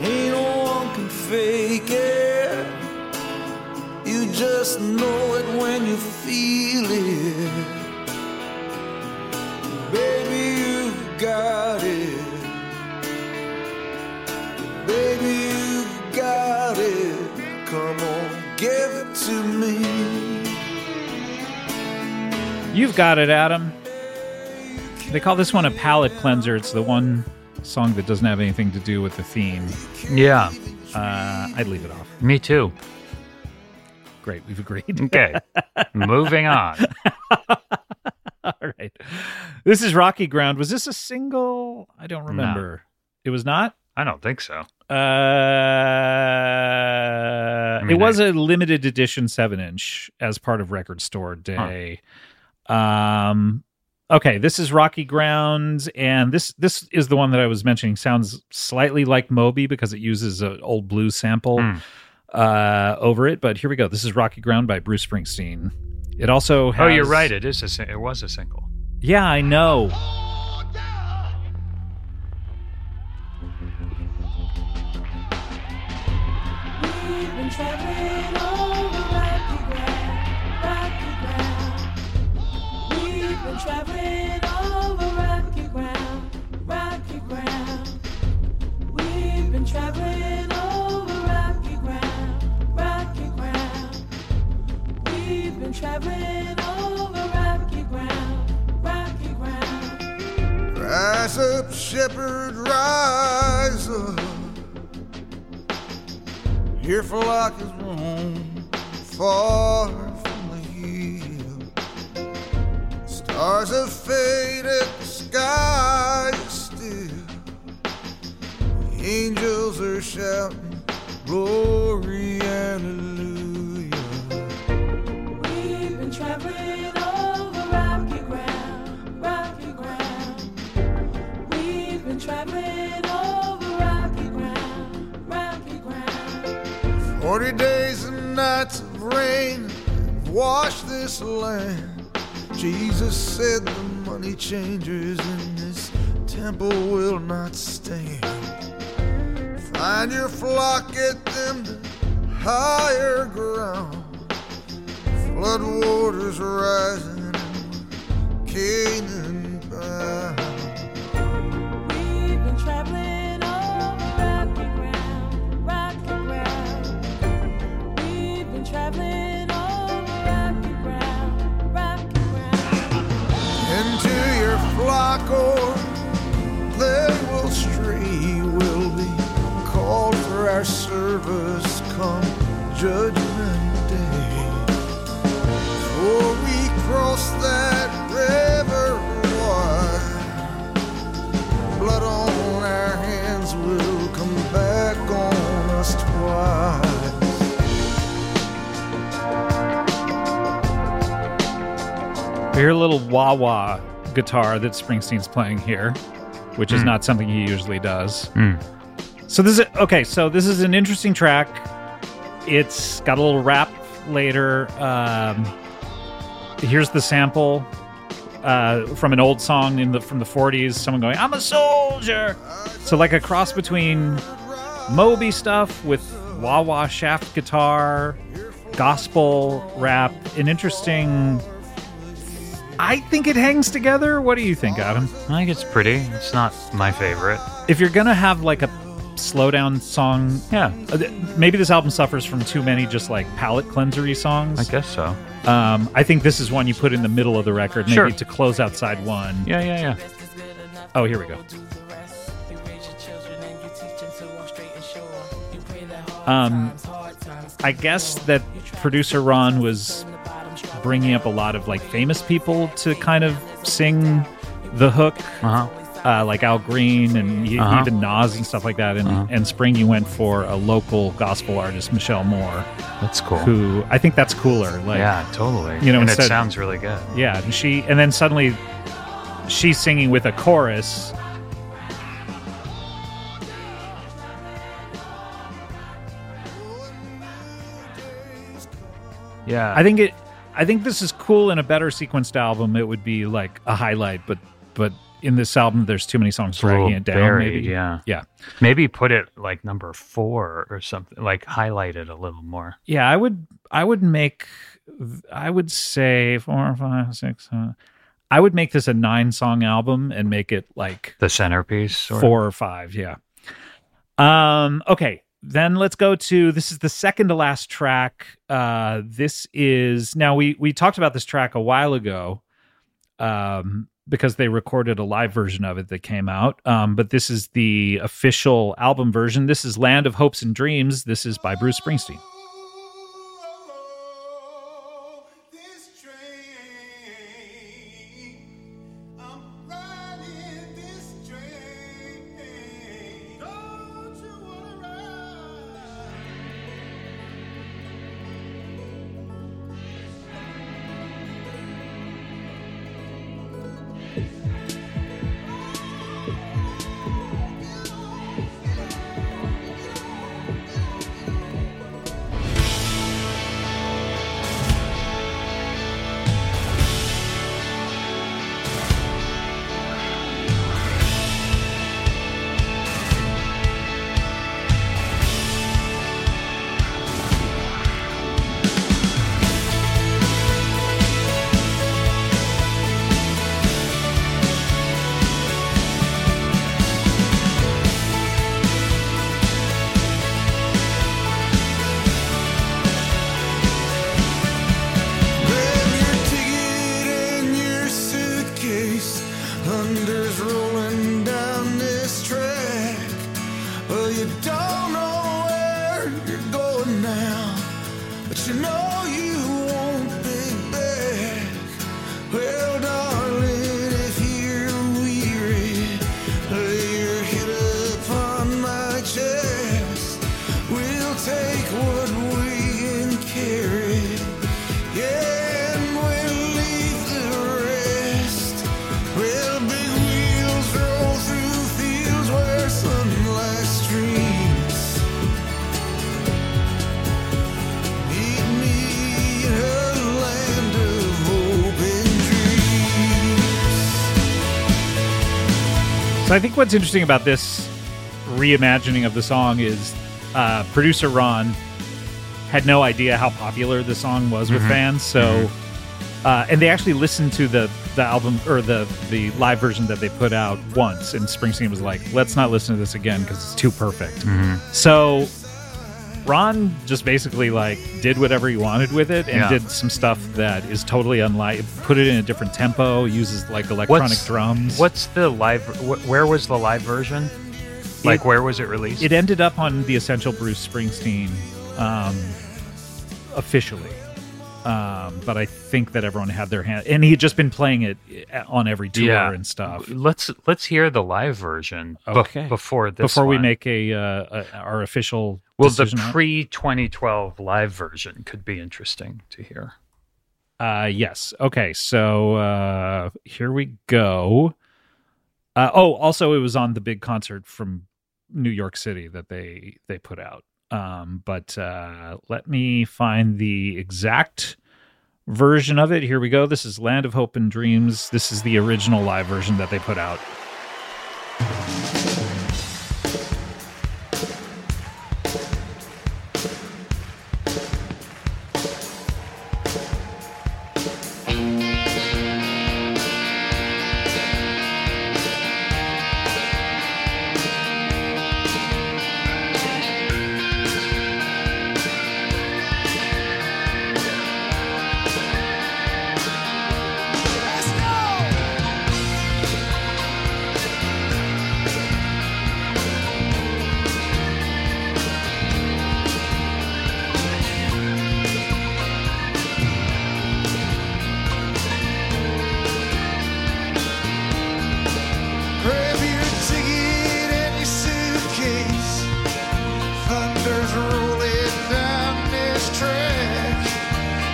S4: Ain't no one can fake it. You just know it when you feel it. Baby, you got it. Baby, you got it. Come on, give it to me.
S1: You've Got It, Adam. They call this one a palate cleanser. It's the one song that doesn't have anything to do with the theme.
S2: Yeah.
S1: Uh, I'd leave it off.
S2: Me too.
S1: Great, we've agreed.
S2: Okay. Moving on.
S1: All right. This is Rocky Ground. Was this a single? I don't remember. It was not?
S2: I don't think so.
S1: Uh,
S2: mean,
S1: it was a limited edition seven inch as part of Record Store Day. Um, okay, this is Rocky Ground, and this this is the one that I was mentioning. Sounds slightly like Moby because it uses an old blues sample
S2: Hmm.
S1: uh, over it. But here we go. This is Rocky Ground by Bruce Springsteen. It also has,
S2: Oh, you're right. It is a sing- it was a single.
S1: Yeah, I know.
S5: We've been traveling over rocky ground, rocky ground. We've been traveling over rocky ground, rocky ground. We've been traveling over rocky ground, rocky ground. We've been traveling over rocky ground, rocky ground.
S4: Rise up, shepherd, rise up. Your flock is one far from the hill. Stars have faded, the sky is still. Angels are shouting, glory, hallelujah.
S5: We've been traveling over rocky ground, rocky ground. We've been traveling over rocky ground, rocky ground.
S4: Forty days and nights of rain wash this land. Jesus said the money changers in this temple will not stand. Find your flock, get them to higher ground. Flood waters rising, Canaan bound.
S5: We've been traveling over rocky ground, rocky ground. We've been traveling over rocky ground, rocky ground.
S4: into your flock or they will stray will be called for our service come judgment day for we cross that river wide blood on our hands will come back on us twice
S1: Your little wah wah guitar that Springsteen's playing here, which is not something he usually does.
S2: Mm.
S1: So this is okay. So this is an interesting track. It's got a little rap later. Um, here's the sample uh, from an old song in the from the '40s. Someone going, "I'm a soldier." So like a cross between Moby stuff with wah wah shaft guitar, gospel rap. An interesting. I think it hangs together. What do you think, Adam?
S2: I think it's pretty. It's not my favorite.
S1: If you're gonna have like a slowdown song
S2: Yeah,
S1: uh, th- maybe this album suffers from too many just like palate cleansery songs.
S2: I guess so.
S1: Um, I think this is one you put in the middle of the record, maybe
S2: Sure.
S1: to close out side one.
S2: Yeah, yeah, yeah.
S1: Oh, here we go. Um, I guess that producer Ron was bringing up a lot of like famous people to kind of sing the hook,
S2: Uh huh.
S1: uh, like Al Green and e-
S2: Uh-huh.
S1: even Nas and stuff like that. And and Spring, you went for a local gospel artist, Michelle Moore,
S2: That's cool.
S1: who I think that's cooler. Like,
S2: yeah, totally.
S1: You know,
S2: and
S1: instead-
S2: it sounds really good.
S1: Yeah, and she and then suddenly she's singing with a chorus.
S2: Yeah,
S1: I think it I think this is cool in a better sequenced album it would be like a highlight, but but in this album there's too many songs
S2: a little
S1: dragging it down
S2: buried,
S1: maybe.
S2: yeah.
S1: Yeah.
S2: maybe put it like number four or something. Like highlight it a little more.
S1: Yeah, I would I would make I would say four, five, six, seven. I would make this a nine song album and make it like
S2: The centerpiece. Sort of.
S1: four or five yeah um okay then let's go to this is the second to last track uh this is now we we talked about this track a while ago um because they recorded a live version of it that came out um but this is the official album version this is land of hopes and dreams this is by bruce springsteen
S3: This train, I'm riding this train. Don't you wanna ride?
S1: So I think what's interesting about this reimagining of the song is uh, producer Ron had no idea how popular the song was
S2: Mm-hmm.
S1: with fans. So, uh, and they actually listened to the the album or the the live version that they put out once, and Springsteen was like, "Let's not listen to this again because it's too perfect."
S2: Mm-hmm.
S1: So. Ron just basically like did whatever he wanted with it and
S2: Yeah.
S1: did some stuff that is totally unlike put it in a different tempo, uses like electronic drums.
S2: What's the live? Wh- where was the live version? Like,
S1: It-
S2: where was it released?
S1: It ended up on the Essential Bruce Springsteen um, officially. Um, but I think that everyone had their hand, and he had just been playing it eh, on every tour
S2: Yeah.
S1: and stuff.
S2: let's let's hear the live version. bef-
S1: Okay.
S2: before this.
S1: Before we
S2: one.
S1: make a, uh, a our official
S2: well, the
S1: decision on it.
S2: pre 2012 live version could be interesting to hear.
S1: Uh, yes. Okay. So uh, here we go. Uh, oh, also, it was on the big concert from New York City that they they put out. Um, but uh, let me find the exact version of it. Here we go. This is Land of Hope and Dreams. This is the original live version that they put out.
S3: Grab your ticket and your suitcase. Thunder's rolling down this track.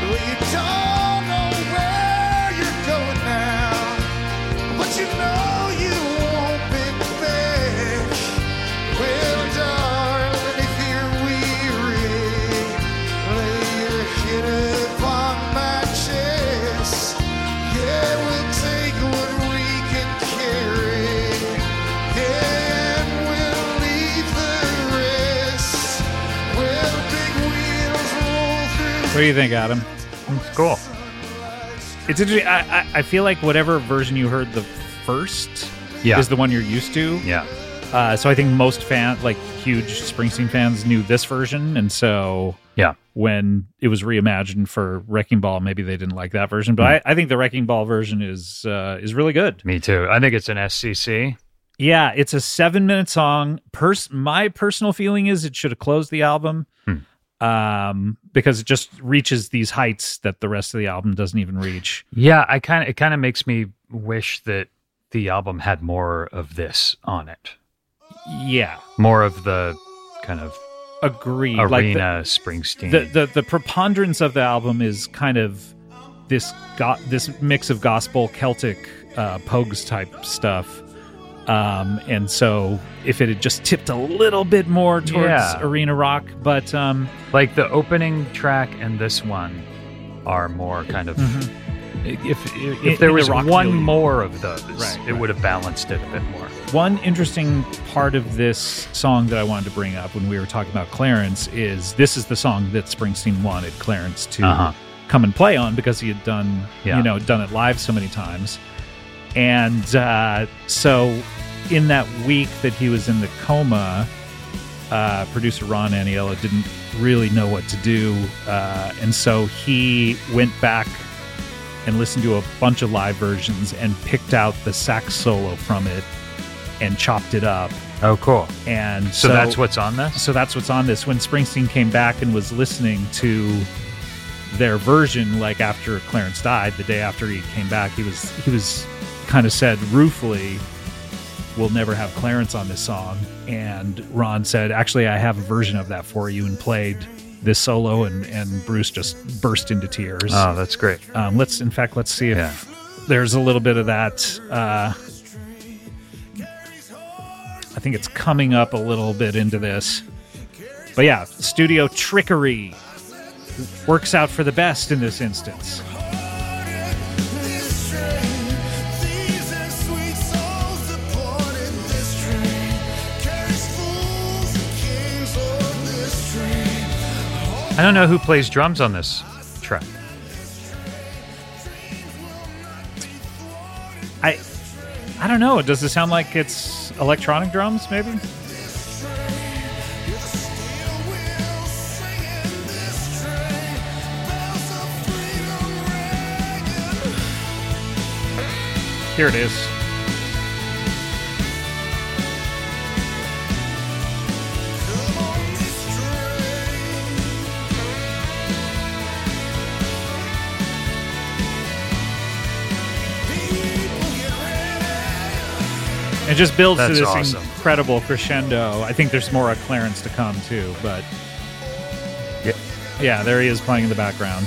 S3: Well, you don't know where you're going now, but you know you won't be back. Well, darling, if you're weary, lay your head upon my chest. Yeah, we'll take what we can carry. And we'll leave the rest. Well, big wheels roll through
S1: What do you think, Adam? Hmm,
S2: It's cool.
S1: It's interesting. I, I, I feel like whatever version you heard the first
S2: Yeah.
S1: is the one you're used to.
S2: Yeah.
S1: Uh, so I think most fan, like huge Springsteen fans, knew this version, and so
S2: Yeah.
S1: when it was reimagined for Wrecking Ball, maybe they didn't like that version. But I, I think the Wrecking Ball version is uh, is really good.
S2: Me too. I think it's an SCC.
S1: Yeah, it's a seven minute song. Pers- my personal feeling is it should have closed the album. Um, because it just reaches these heights that the rest of the album doesn't even reach.
S2: Yeah, I kind of it kind of makes me wish that the album had more of this on it,
S1: Yeah,
S2: more of the kind of
S1: agreed.
S2: arena
S1: Like the-
S2: Springsteen.
S1: the, the the preponderance of the album is kind of this go- this mix of gospel Celtic uh, pogues type stuff. Um, and so if it had just tipped a little bit more towards
S2: Yeah.
S1: arena rock, but um,
S2: like the opening track and this one are more kind of. If if,
S1: Mm-hmm. In-
S2: if there
S1: in the
S2: was
S1: rock
S2: one
S1: milieu.
S2: more of those,
S1: Right,
S2: it
S1: right.
S2: would have balanced it a bit more.
S1: one interesting part of this song that I wanted to bring up when we were talking about Clarence is this is the song that Springsteen wanted Clarence to
S2: Uh-huh.
S1: come and play on because he had done
S2: Yeah.
S1: you know done it live so many times, and uh, so in that week that he was in the coma, uh, producer Ron Aniello didn't really know what to do, uh, and so he went back and listened to a bunch of live versions and picked out the sax solo from it and chopped it up.
S2: Oh, cool.
S1: And so,
S2: So, that's what's on this.
S1: So that's what's on this. When Springsteen came back and was listening to their version, like after Clarence died, the day after he came back, he was he was kind of said ruefully, "We'll never have Clarence on this song." And Ron said, "Actually, I have a version of that for you," and played this solo, and and Bruce just burst into tears.
S2: Oh, that's great.
S1: Um, let's, in fact, let's see if
S2: Yeah.
S1: there's a little bit of that. Uh, I think it's coming up a little bit into this, but yeah, studio trickery works out for the best in this instance.
S3: this train. These are sweet souls deported.
S2: I don't know who plays drums on this track.
S1: I I don't know. Does it sound like it's electronic drums? Maybe. Here it is. It just builds
S2: That's
S1: to this
S2: awesome.
S1: incredible crescendo. I think there's more at Clarence to come too, but
S2: Yeah.
S1: yeah, there he is playing in the background.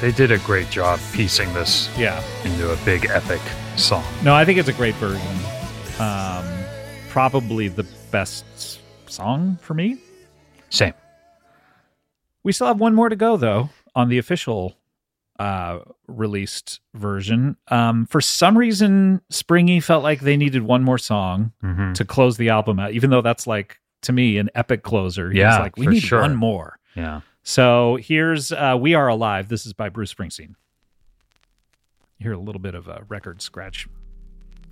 S2: They did a great job piecing this
S1: Yeah.
S2: into a big epic song.
S1: No, I think it's a great version. Um, probably the best s- song for me.
S2: Same.
S1: We still have one more to go, though, on the official uh, released version. Um, for some reason, Springy felt like they needed one more song
S2: hmm
S1: to close the album out, even though that's like, to me, an epic closer. He was
S2: Yeah,
S1: like, we
S2: for
S1: need
S2: sure.
S1: one more.
S2: Yeah.
S1: So here's uh, We Are Alive. This is by Bruce Springsteen. You hear a little bit of a record scratch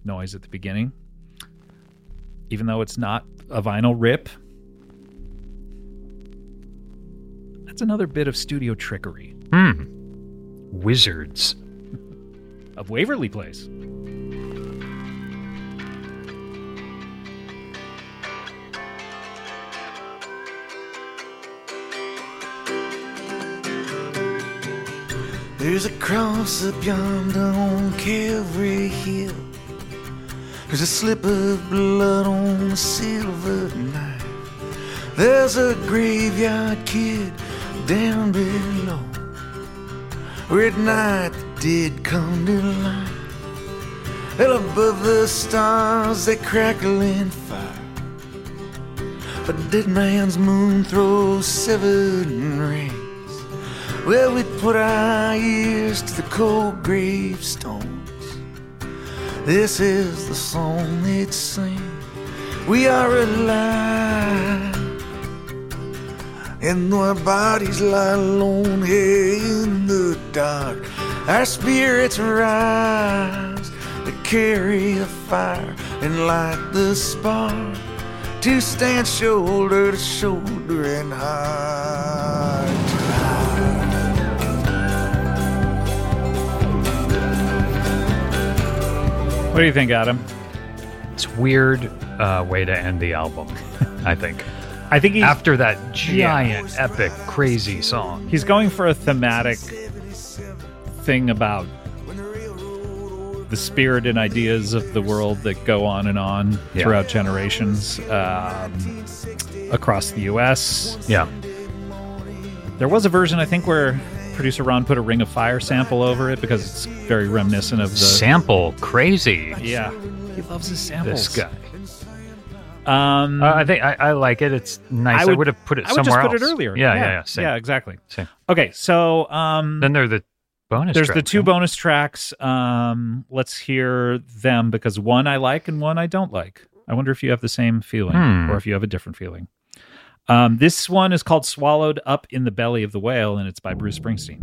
S1: noise at the beginning. Even though it's not a vinyl rip, that's another bit of studio trickery
S2: Hmm. Wizards.
S1: of Waverly Place.
S4: There's a cross up yonder on Calvary Hill. There's a slip of blood on a silver knife. There's a graveyard kid down below. Where at night the dead come to life. And above the stars they crackle in fire. A dead man's moon throws seven rings. Well, we put our ears to the cold gravestones. This is the song it sings. We are alive, and our bodies lie alone here in the dark. Our spirits rise to carry the fire and light the spark. To stand shoulder to shoulder and heart to heart.
S1: What do you think, Adam?
S2: It's weird uh, way to end the album, I think.
S1: I think he's,
S2: After that giant, epic, crazy song.
S1: he's going for a thematic thing about the spirit and ideas of the world that go on and on
S2: Yeah.
S1: throughout generations um, across the U.S.
S2: Yeah.
S1: There was a version, I think, where producer Ron put a Ring of Fire sample over it because it's very reminiscent of the.
S2: Sample crazy.
S1: yeah, he loves his samples.
S2: This guy.
S1: Um,
S2: Uh, I think I, I like it. It's nice. I would, have put it
S1: I would just
S2: somewhere
S1: put
S2: else.
S1: it earlier.
S2: Yeah, yeah,
S1: yeah,
S2: yeah. same.
S1: exactly.
S2: Same.
S1: Okay, so um,
S2: Then there are the bonus.
S1: there's the
S2: tracks,
S1: two
S2: right?
S1: bonus tracks. Um, let's hear them because one I like and one I don't like. I wonder if you have the same feeling
S2: Hmm.
S1: or if you have a different feeling. Um, this one is called "Swallowed Up in the Belly of the Whale" and it's by Bruce Springsteen.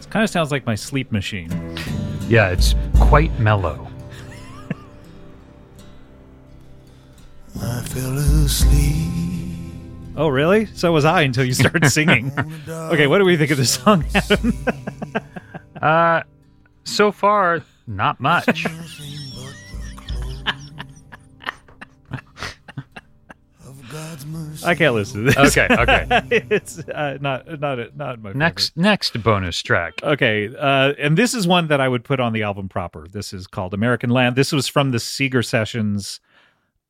S1: It kind of sounds like my sleep machine.
S2: Yeah, it's quite mellow.
S4: I fell asleep.
S1: Oh, really? So was I until you started singing. okay, what do we think of this song, Adam?
S2: Uh, so far, not much.
S4: Of God's mercy
S1: I can't listen to this.
S2: Okay, okay.
S1: it's uh, not not not my
S2: next next bonus track.
S1: favorite. Okay, uh, and this is one that I would put on the album proper. This is called American Land. This was from the Seeger sessions,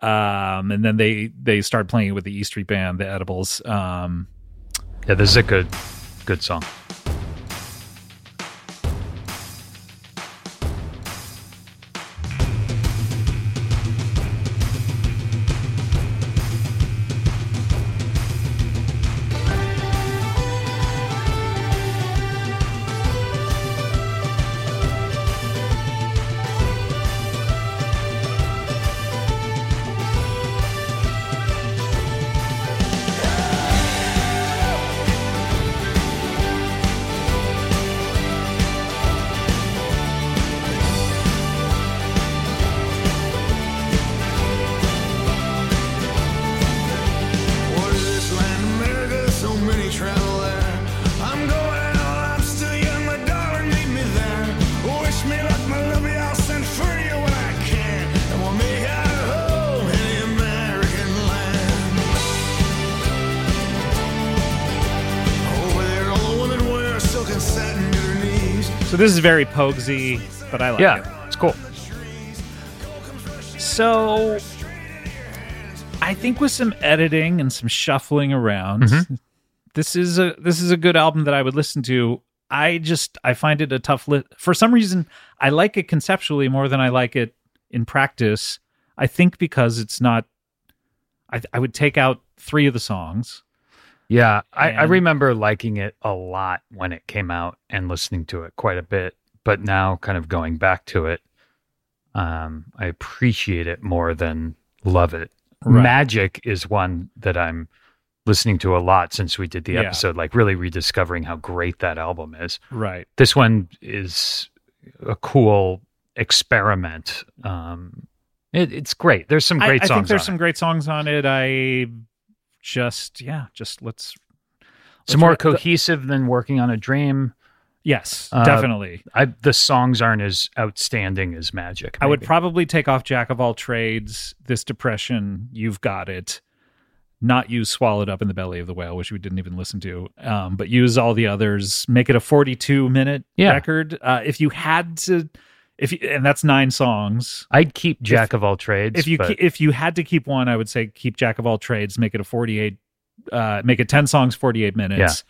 S1: um, and then they they start playing it with the E Street Band, the Edibles. Um,
S2: Yeah, this is a good good song.
S4: What is this land, America? So many travel there. I'm going out, I'm still young, my daughter need me there. Wish me luck, my lovey, I'll send for you when I can. And we'll make our home in the American land. Over there, all the women wear silk and satin to their knees.
S1: so this is very Pogsy, but I like it.
S2: Yeah, it's cool.
S1: So I think with some editing and some shuffling around,
S2: Mm-hmm.
S1: this is a this is a good album that I would listen to. I just I find it a tough li- for some reason I like it conceptually more than I like it in practice. I think because it's not I I would take out 3 of the songs.
S2: Yeah, I, I
S1: And-
S2: remember liking it a lot when it came out and listening to it quite a bit, but now kind of going back to it, um, I appreciate it more than love it.
S1: Right.
S2: Magic is one that I'm listening to a lot since we did the
S1: Yeah.
S2: episode, like really rediscovering how great that album is.
S1: Right.
S2: This one is a cool experiment. Um, it, it's great. There's some great
S1: I,
S2: songs.
S1: I think there's
S2: on
S1: some
S2: it.
S1: great songs on it. I just yeah, just let's
S2: It's more
S1: let's-
S2: cohesive than working on a dream.
S1: Yes,
S2: Uh,
S1: definitely.
S2: I the songs aren't as outstanding as Magic.
S1: I would
S2: maybe.
S1: probably take off Jack of all trades, this depression, you've got it. Not use swallowed up in the belly of the whale, which we didn't even listen to, um, but use all the others. Make it a forty-two minute
S2: Yeah.
S1: record. Uh, if you had to, if you, and that's nine songs.
S2: I'd keep Jack of all trades.
S1: If you ke-
S2: but
S1: if you had to keep one, I would say keep Jack of all trades. Make it a forty-eight. Uh, make it ten songs, forty-eight minutes.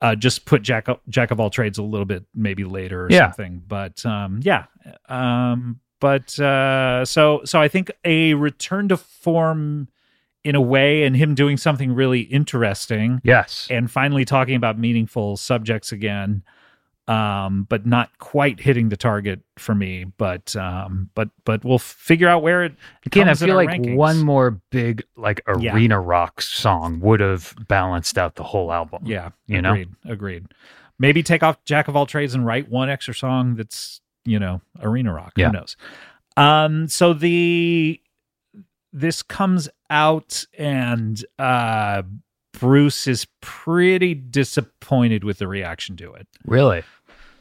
S1: Uh, just put Jack o- Jack of all trades a little bit maybe later or
S2: Yeah.
S1: something. But um, yeah. Um, but uh, so so I think a return to form in a way, and him doing something really interesting,
S2: yes,
S1: and finally talking about meaningful subjects again. Um, but not quite hitting the target for me, but um, but but we'll figure out where it
S2: again, I
S1: comes in
S2: feel
S1: our
S2: like
S1: rankings.
S2: one more big like
S1: Yeah.
S2: arena rock song would have balanced out the whole album.
S1: Yeah,
S2: you know?
S1: agreed, agreed. Maybe take off Jack of all trades and write one extra song that's you know arena rock.
S2: Yeah.
S1: Who knows? Um, so the this comes out and uh, Bruce is pretty disappointed with the reaction to it.
S2: really.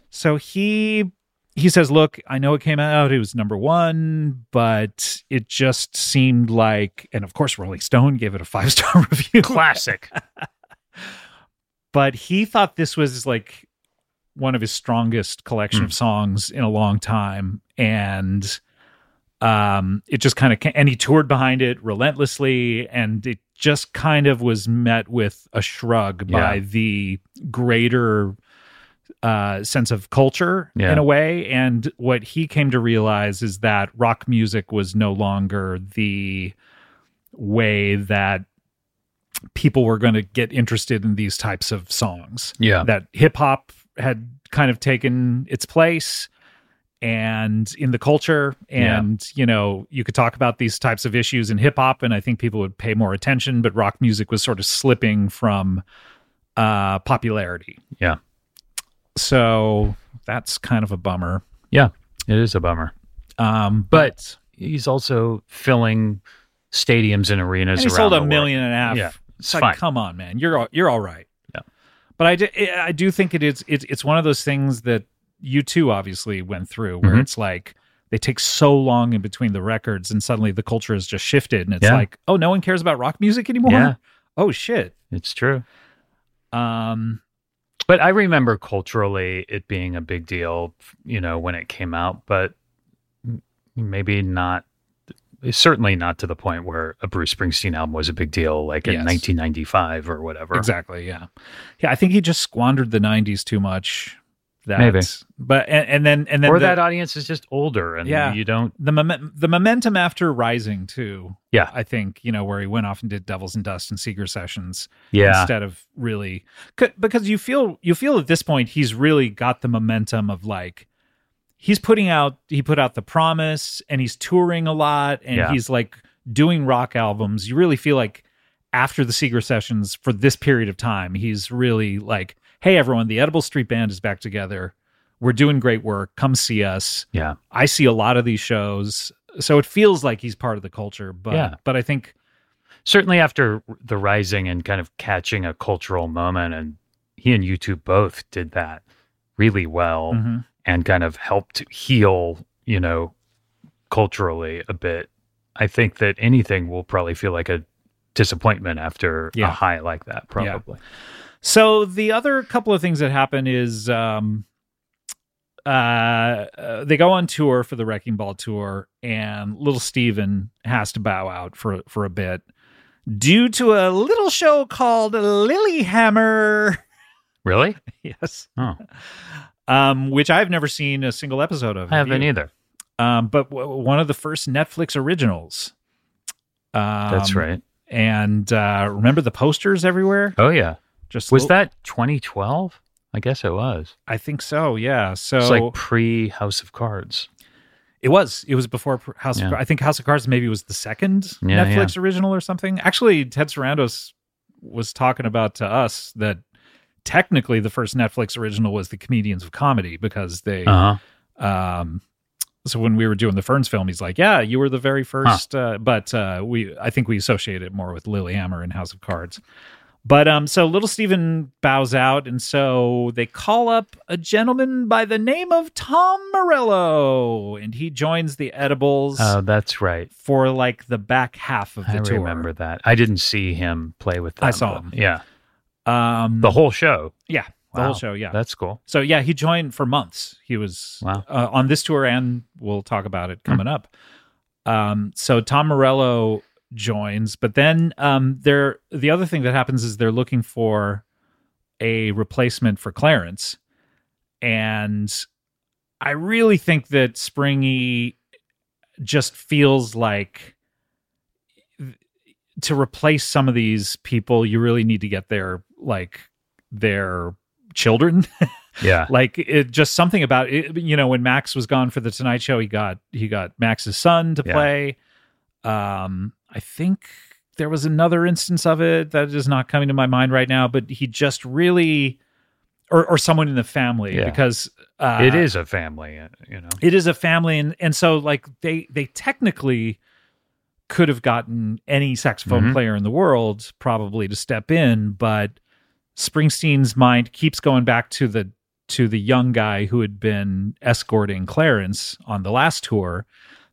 S1: So he he says, "Look, I know it came out; it was number one, but it just seemed like." And of course, Rolling Stone gave it a five star review
S2: Classic.
S1: but he thought this was like one of his strongest collection of songs in a long time and um it just kind of ca- and he toured behind it relentlessly and it just kind of was met with a shrug by
S2: Yeah.
S1: the greater uh sense of culture
S2: Yeah.
S1: in a way and what he came to realize is that rock music was no longer the way that people were going to get interested in these types of songs.
S2: yeah.
S1: Uh, That hip hop had kind of taken its place and in the culture
S2: Yeah.
S1: and you know you could talk about these types of issues in hip hop and I think people would pay more attention but rock music was sort of slipping from uh popularity.
S2: Yeah.
S1: So that's kind of a bummer.
S2: Yeah. It is a bummer.
S1: Um
S2: But he's also filling stadiums and arenas
S1: and he
S2: around
S1: sold
S2: the
S1: a
S2: world.
S1: million and a half.
S2: Yeah,
S1: it's
S2: it's
S1: like,
S2: fine.
S1: come on, man, you're all, you're all right.
S2: Yeah.
S1: but I do, I do think it is it's it's one of those things that you too obviously went through where
S2: Mhm.
S1: it's like they take so long in between the records and suddenly the culture has just shifted and it's
S2: Yeah.
S1: like oh no one cares about rock music anymore.
S2: Yeah.
S1: Oh shit.
S2: It's true.
S1: Um,
S2: But I remember culturally it being a big deal, you know, when it came out, but m- maybe not, certainly not to the point where a Bruce Springsteen album was a big deal, like in
S1: Yes.
S2: 1995 or whatever.
S1: exactly. Yeah. Yeah. I think he just squandered the '90s too much. That,
S2: Maybe.
S1: But and, and then and then
S2: or
S1: the,
S2: that uh, audience is just older and
S1: Yeah.
S2: you don't,
S1: the momen- the momentum after Rising too.
S2: Yeah.
S1: I think you know where he went off and did Devils and Dust and Seeger sessions
S2: yeah.
S1: instead of really c- because you feel you feel at this point he's really got the momentum of like he's putting out he put out the promise and he's touring a lot and
S2: Yeah.
S1: he's like doing rock albums. You really feel like after the Seeger sessions for this period of time he's really like hey everyone the Edible Street Band is back together. We're doing great work. Come see us.
S2: Yeah.
S1: I see a lot of these shows, so it feels like he's part of the culture. But
S2: Yeah.
S1: but I think
S2: Certainly after the rising and kind of catching a cultural moment. And he and you two both did that really well.
S1: Mhm.
S2: and kind of helped heal, you know, culturally a bit. I think that anything will probably feel like a disappointment after
S1: Yeah.
S2: a high like that, probably.
S1: so. The other couple of things that happen is um, uh, uh, they go on tour for the Wrecking Ball tour, and little Steven has to bow out for for a bit due to a little show called Lilyhammer.
S2: Really?
S1: yes.
S2: Oh.
S1: Um, which I've never seen a single episode of.
S2: I
S1: Have
S2: haven't
S1: you?
S2: either.
S1: um, but w- one of the first Netflix originals. Um,
S2: That's right.
S1: And uh, remember the posters everywhere?
S2: Oh, yeah.
S1: Just
S2: Was
S1: lo-
S2: that 2012? I guess it was.
S1: I think so. Yeah. So
S2: It's like pre House of Cards.
S1: it was. It was before P- House.
S2: Yeah.
S1: Of, Car- I think House of Cards maybe was the second
S2: Yeah,
S1: Netflix original or something. Actually, Ted Sarandos was talking about to us that technically the first Netflix original was the Comedians of Comedy because they.
S2: Uh huh.
S1: um so when we were doing the Ferns film, he's like, "Yeah, you were the very first, uh, but uh, we I think we associate it more with Lilyhammer and House of Cards." But um, so little Stephen bows out, and so they call up a gentleman by the name of Tom Morello, and he joins the Edibles
S2: Oh, that's right.
S1: for like the back half of Uh, the
S2: I
S1: tour.
S2: remember that. I didn't see him play with them.
S1: I saw him.
S2: but- Yeah.
S1: um,
S2: The whole show.
S1: yeah, the
S2: Wow.
S1: whole show, yeah.
S2: That's cool.
S1: So yeah, he joined for months. He was
S2: Wow.
S1: uh, on this tour, and we'll talk about it coming up. Um, so Tom Morello joins, but then um, they're the other thing that happens is they're looking for a replacement for Clarence, and I really think that Springy just feels like to replace some of these people, you really need to get their like their children
S2: Yeah.
S1: like it just something about it you know when max was gone for the tonight show he got he got max's son to
S2: Yeah.
S1: play um i think there was another instance of it that is not coming to my mind right now but he just really or or someone in the family
S2: Yeah.
S1: because uh,
S2: it is a family, uh, you know.
S1: it is a family and and so like they they technically could have gotten any saxophone
S2: Mhm.
S1: player in the world probably to step in but springsteen's mind keeps going back to the to the young guy who had been escorting clarence on the last tour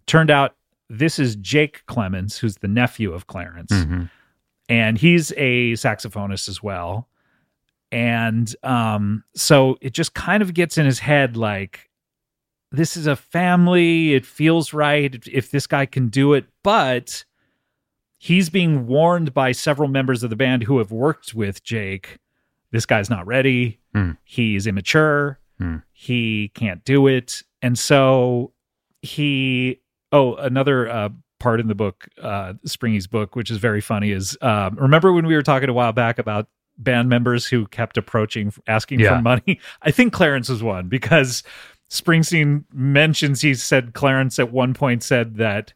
S1: turned out this is jake clemens who's the nephew of clarence
S2: Mhm.
S1: and he's a saxophonist as well and um so it just kind of gets in his head like this is a family it feels right if- if this guy can do it but he's being warned by several members of the band who have worked with Jake this guy's not ready
S2: Hmm.
S1: he's immature
S2: Hmm.
S1: he can't do it and so he oh another uh part in the book, uh, Springy's book, which is very funny, is um, remember when we were talking a while back about band members who kept approaching, asking
S2: Yeah.
S1: for money? I think Clarence was one because Springsteen mentions he said Clarence at one point said that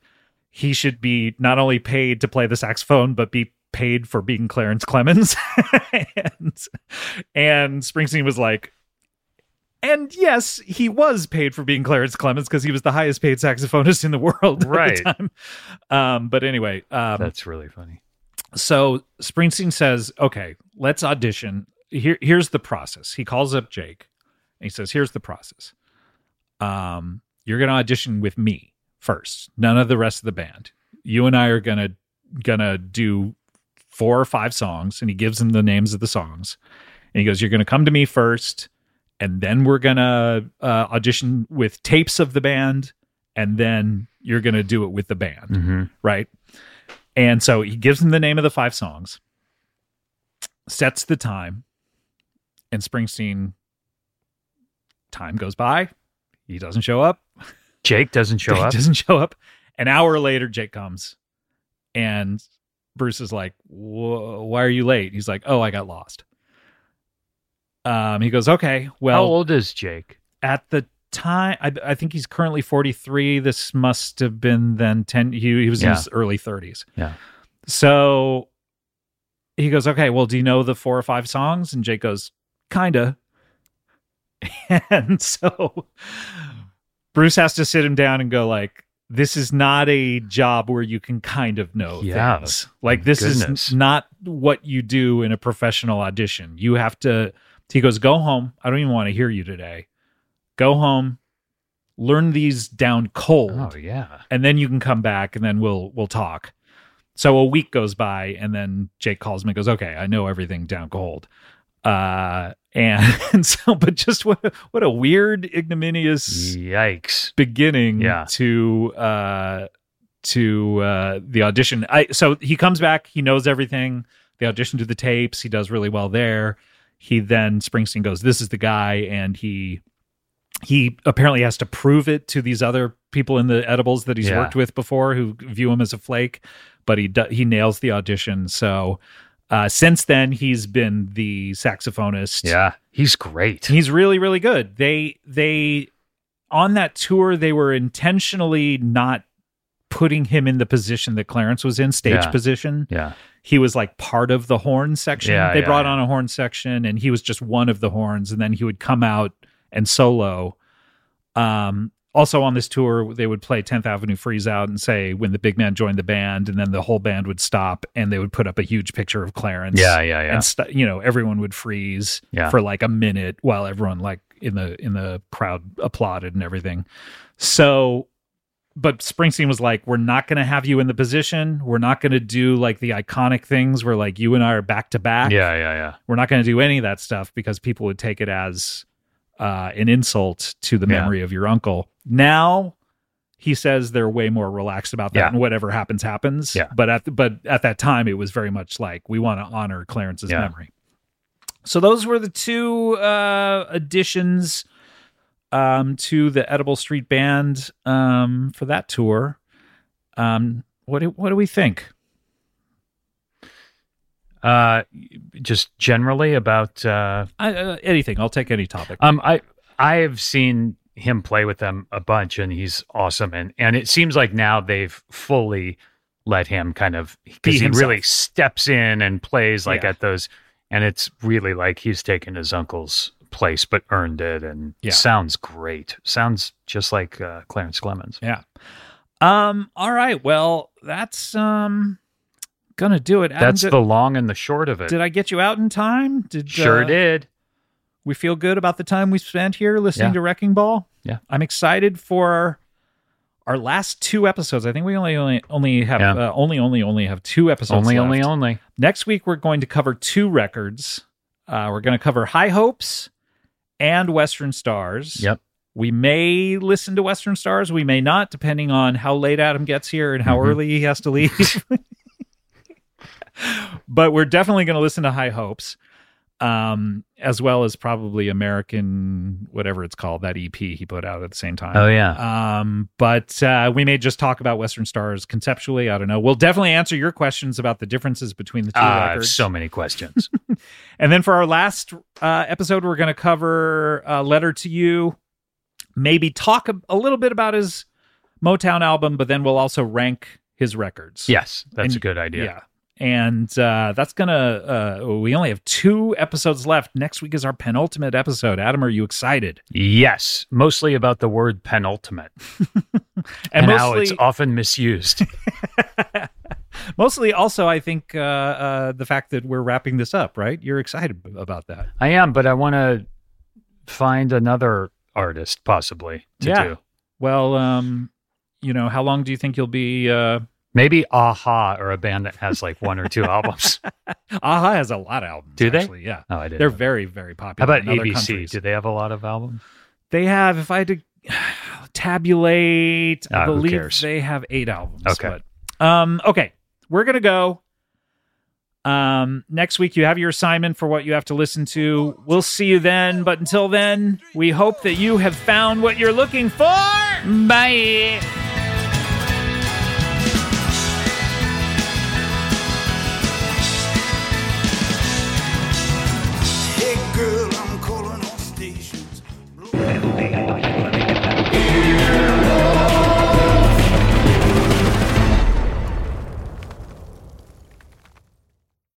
S1: he should be not only paid to play the saxophone, but be paid for being Clarence Clemens. and, and Springsteen was like, and yes, he was paid for being Clarence Clemens because he was the highest paid saxophonist in the world
S2: Right.
S1: at the time. Um, but anyway, um,
S2: That's really funny.
S1: so Springsteen says, okay, let's audition. Here, here's the process. He calls up Jake and he says, here's the process. Um, you're going to audition with me first, none of the rest of the band. You and I are going to, going to do four or five songs and he gives them the names of the songs. And he goes, You're going to come to me first, and then we're going to uh, audition with tapes of the band, and then you're going to do it with the band. Right. And so he gives them the name of the five songs, sets the time, and Springsteen, time goes by. He doesn't show up.
S2: Jake doesn't show
S1: He
S2: up.
S1: doesn't show up. An hour later, Jake comes, and Bruce is like, "Wha- "Why are you late?" He's like, "Oh, I got lost." Um, he goes, "Okay,
S2: How
S1: well,
S2: old is Jake?
S1: at the time, I, I think he's currently forty three. This must have been then ten. He, he was in
S2: Yeah.
S1: his early thirties.
S2: Yeah.
S1: So he goes, "Okay, well, do you know the four or five songs?" And Jake goes, "Kinda." And so Bruce has to sit him down and go like, "This is not a job where you can kind of know
S2: Yeah.
S1: things. Like this
S2: Goodness.
S1: is n- not what you do in a professional audition. You have to." He goes, "Go home. I don't even want to hear you today. Go home, learn these down cold,
S2: Oh yeah.
S1: and then you can come back, and then we'll we'll talk." So a week goes by, and then Jake calls me and goes, "Okay, I know everything down cold." Uh, and, and so, but just what a, what a weird ignominious
S2: Yikes.
S1: beginning
S2: Yeah.
S1: to uh to uh the audition i so he comes back he knows everything the audition to the tapes he does really well there he then springsteen goes this is the guy and he he apparently has to prove it to these other people in the edibles that he's
S2: Yeah.
S1: worked with before who view him as a flake but he do, he nails the audition so uh since then he's been the saxophonist
S2: Yeah. He's great.
S1: He's really really good. They they on that tour they were intentionally not putting him in the position that Clarence was in, stage
S2: Yeah.
S1: position.
S2: Yeah.
S1: He was like part of the horn section.
S2: Yeah,
S1: they
S2: yeah,
S1: brought
S2: yeah.
S1: on a horn section and he was just one of the horns and then he would come out and solo. Um also on this tour they would play 10th Avenue Freeze Out and say when the big man joined the band and then the whole band would stop and they would put up a huge picture of Clarence
S2: Yeah. Yeah. Yeah.
S1: and st- you know everyone would freeze
S2: Yeah.
S1: for like a minute while everyone like in the in the crowd applauded and everything so but springsteen was like we're not going to have you in the position we're not going to do like the iconic things where like you and i are back to back
S2: Yeah. Yeah. Yeah.
S1: we're not going to do any of that stuff because people would take it as uh, an insult to the
S2: Yeah.
S1: memory of your uncle. Now he says they're way more relaxed about that,
S2: Yeah.
S1: and whatever happens, happens.
S2: Yeah.
S1: But at but at that time, it was very much like we want to honor Clarence's
S2: Yeah.
S1: memory. So those were the two uh, additions um, to the Edible Street Band um, for that tour. Um, what do, what do we think?
S2: Uh, just generally about uh,
S1: I, uh, anything? I'll take any topic.
S2: Um, I I have seen him play with them a bunch, and he's awesome. And and it seems like now they've fully let him kind of
S1: Be
S2: because he
S1: himself.
S2: really steps in and plays like
S1: Yeah.
S2: at those, and it's really like he's taken his uncle's place, but earned it, and
S1: Yeah.
S2: sounds great. Sounds just like uh, Clarence Clemens.
S1: Yeah. Um. All right. Well, that's um gonna do it. Adam,
S2: That's
S1: did,
S2: the long and the short of it.
S1: Did I get you out in time? Did
S2: sure
S1: uh,
S2: did.
S1: We feel good about the time we spent here listening
S2: Yeah.
S1: to Wrecking Ball.
S2: Yeah.
S1: I'm excited for our last two episodes. I think we only only only have
S2: Yeah.
S1: uh, only only only have two episodes.
S2: Only,
S1: left.
S2: only, only.
S1: Next week we're going to cover two records. Uh, we're going to cover High Hopes and Western Stars.
S2: Yep.
S1: We may listen to Western Stars. We may not, depending on how late Adam gets here and how
S2: Mhm.
S1: early he has to leave. but we're definitely going to listen to High Hopes, um, as well as probably American, whatever it's called, that EP he put out at the same time.
S2: Oh yeah.
S1: Um, but uh, we may just talk about Western Stars conceptually. I don't know. We'll definitely answer your questions about the differences between the two
S2: Ah, I have
S1: records.
S2: so many questions.
S1: And then for our last uh, episode, we're going to cover uh, Letter to You, maybe talk a, a little bit about his Motown album, but then we'll also rank his records.
S2: yes, that's
S1: And-
S2: a good idea.
S1: Yeah. And uh, that's going to, uh, we only have two episodes left. Next week is our penultimate episode. Adam, are you excited?
S2: Yes, mostly about the word penultimate and, how it's often misused.
S1: mostly also, I think, uh, uh, the fact that we're wrapping this up, right? You're excited about that.
S2: I am, but I want to find another artist possibly to
S1: Yeah.
S2: do.
S1: Well, um, you know, how long do you think you'll be uh,
S2: Maybe Aha or a band that has like one or two albums.
S1: Aha has a lot of albums.
S2: Do they?
S1: Actually. Yeah.
S2: Oh, I didn't.
S1: They're
S2: know that.
S1: very, very
S2: How
S1: popular.
S2: about
S1: in other
S2: ABC?
S1: countries.
S2: Do they have a lot of albums?
S1: They have, if I had to tabulate, I
S2: Ah, who
S1: believe
S2: cares?
S1: they have eight albums.
S2: Okay.
S1: But, um, okay. We're going to go. Um, next week, you have your assignment for what you have to listen to. We'll see you then. But until then, we hope that you have found what you're looking for. Bye.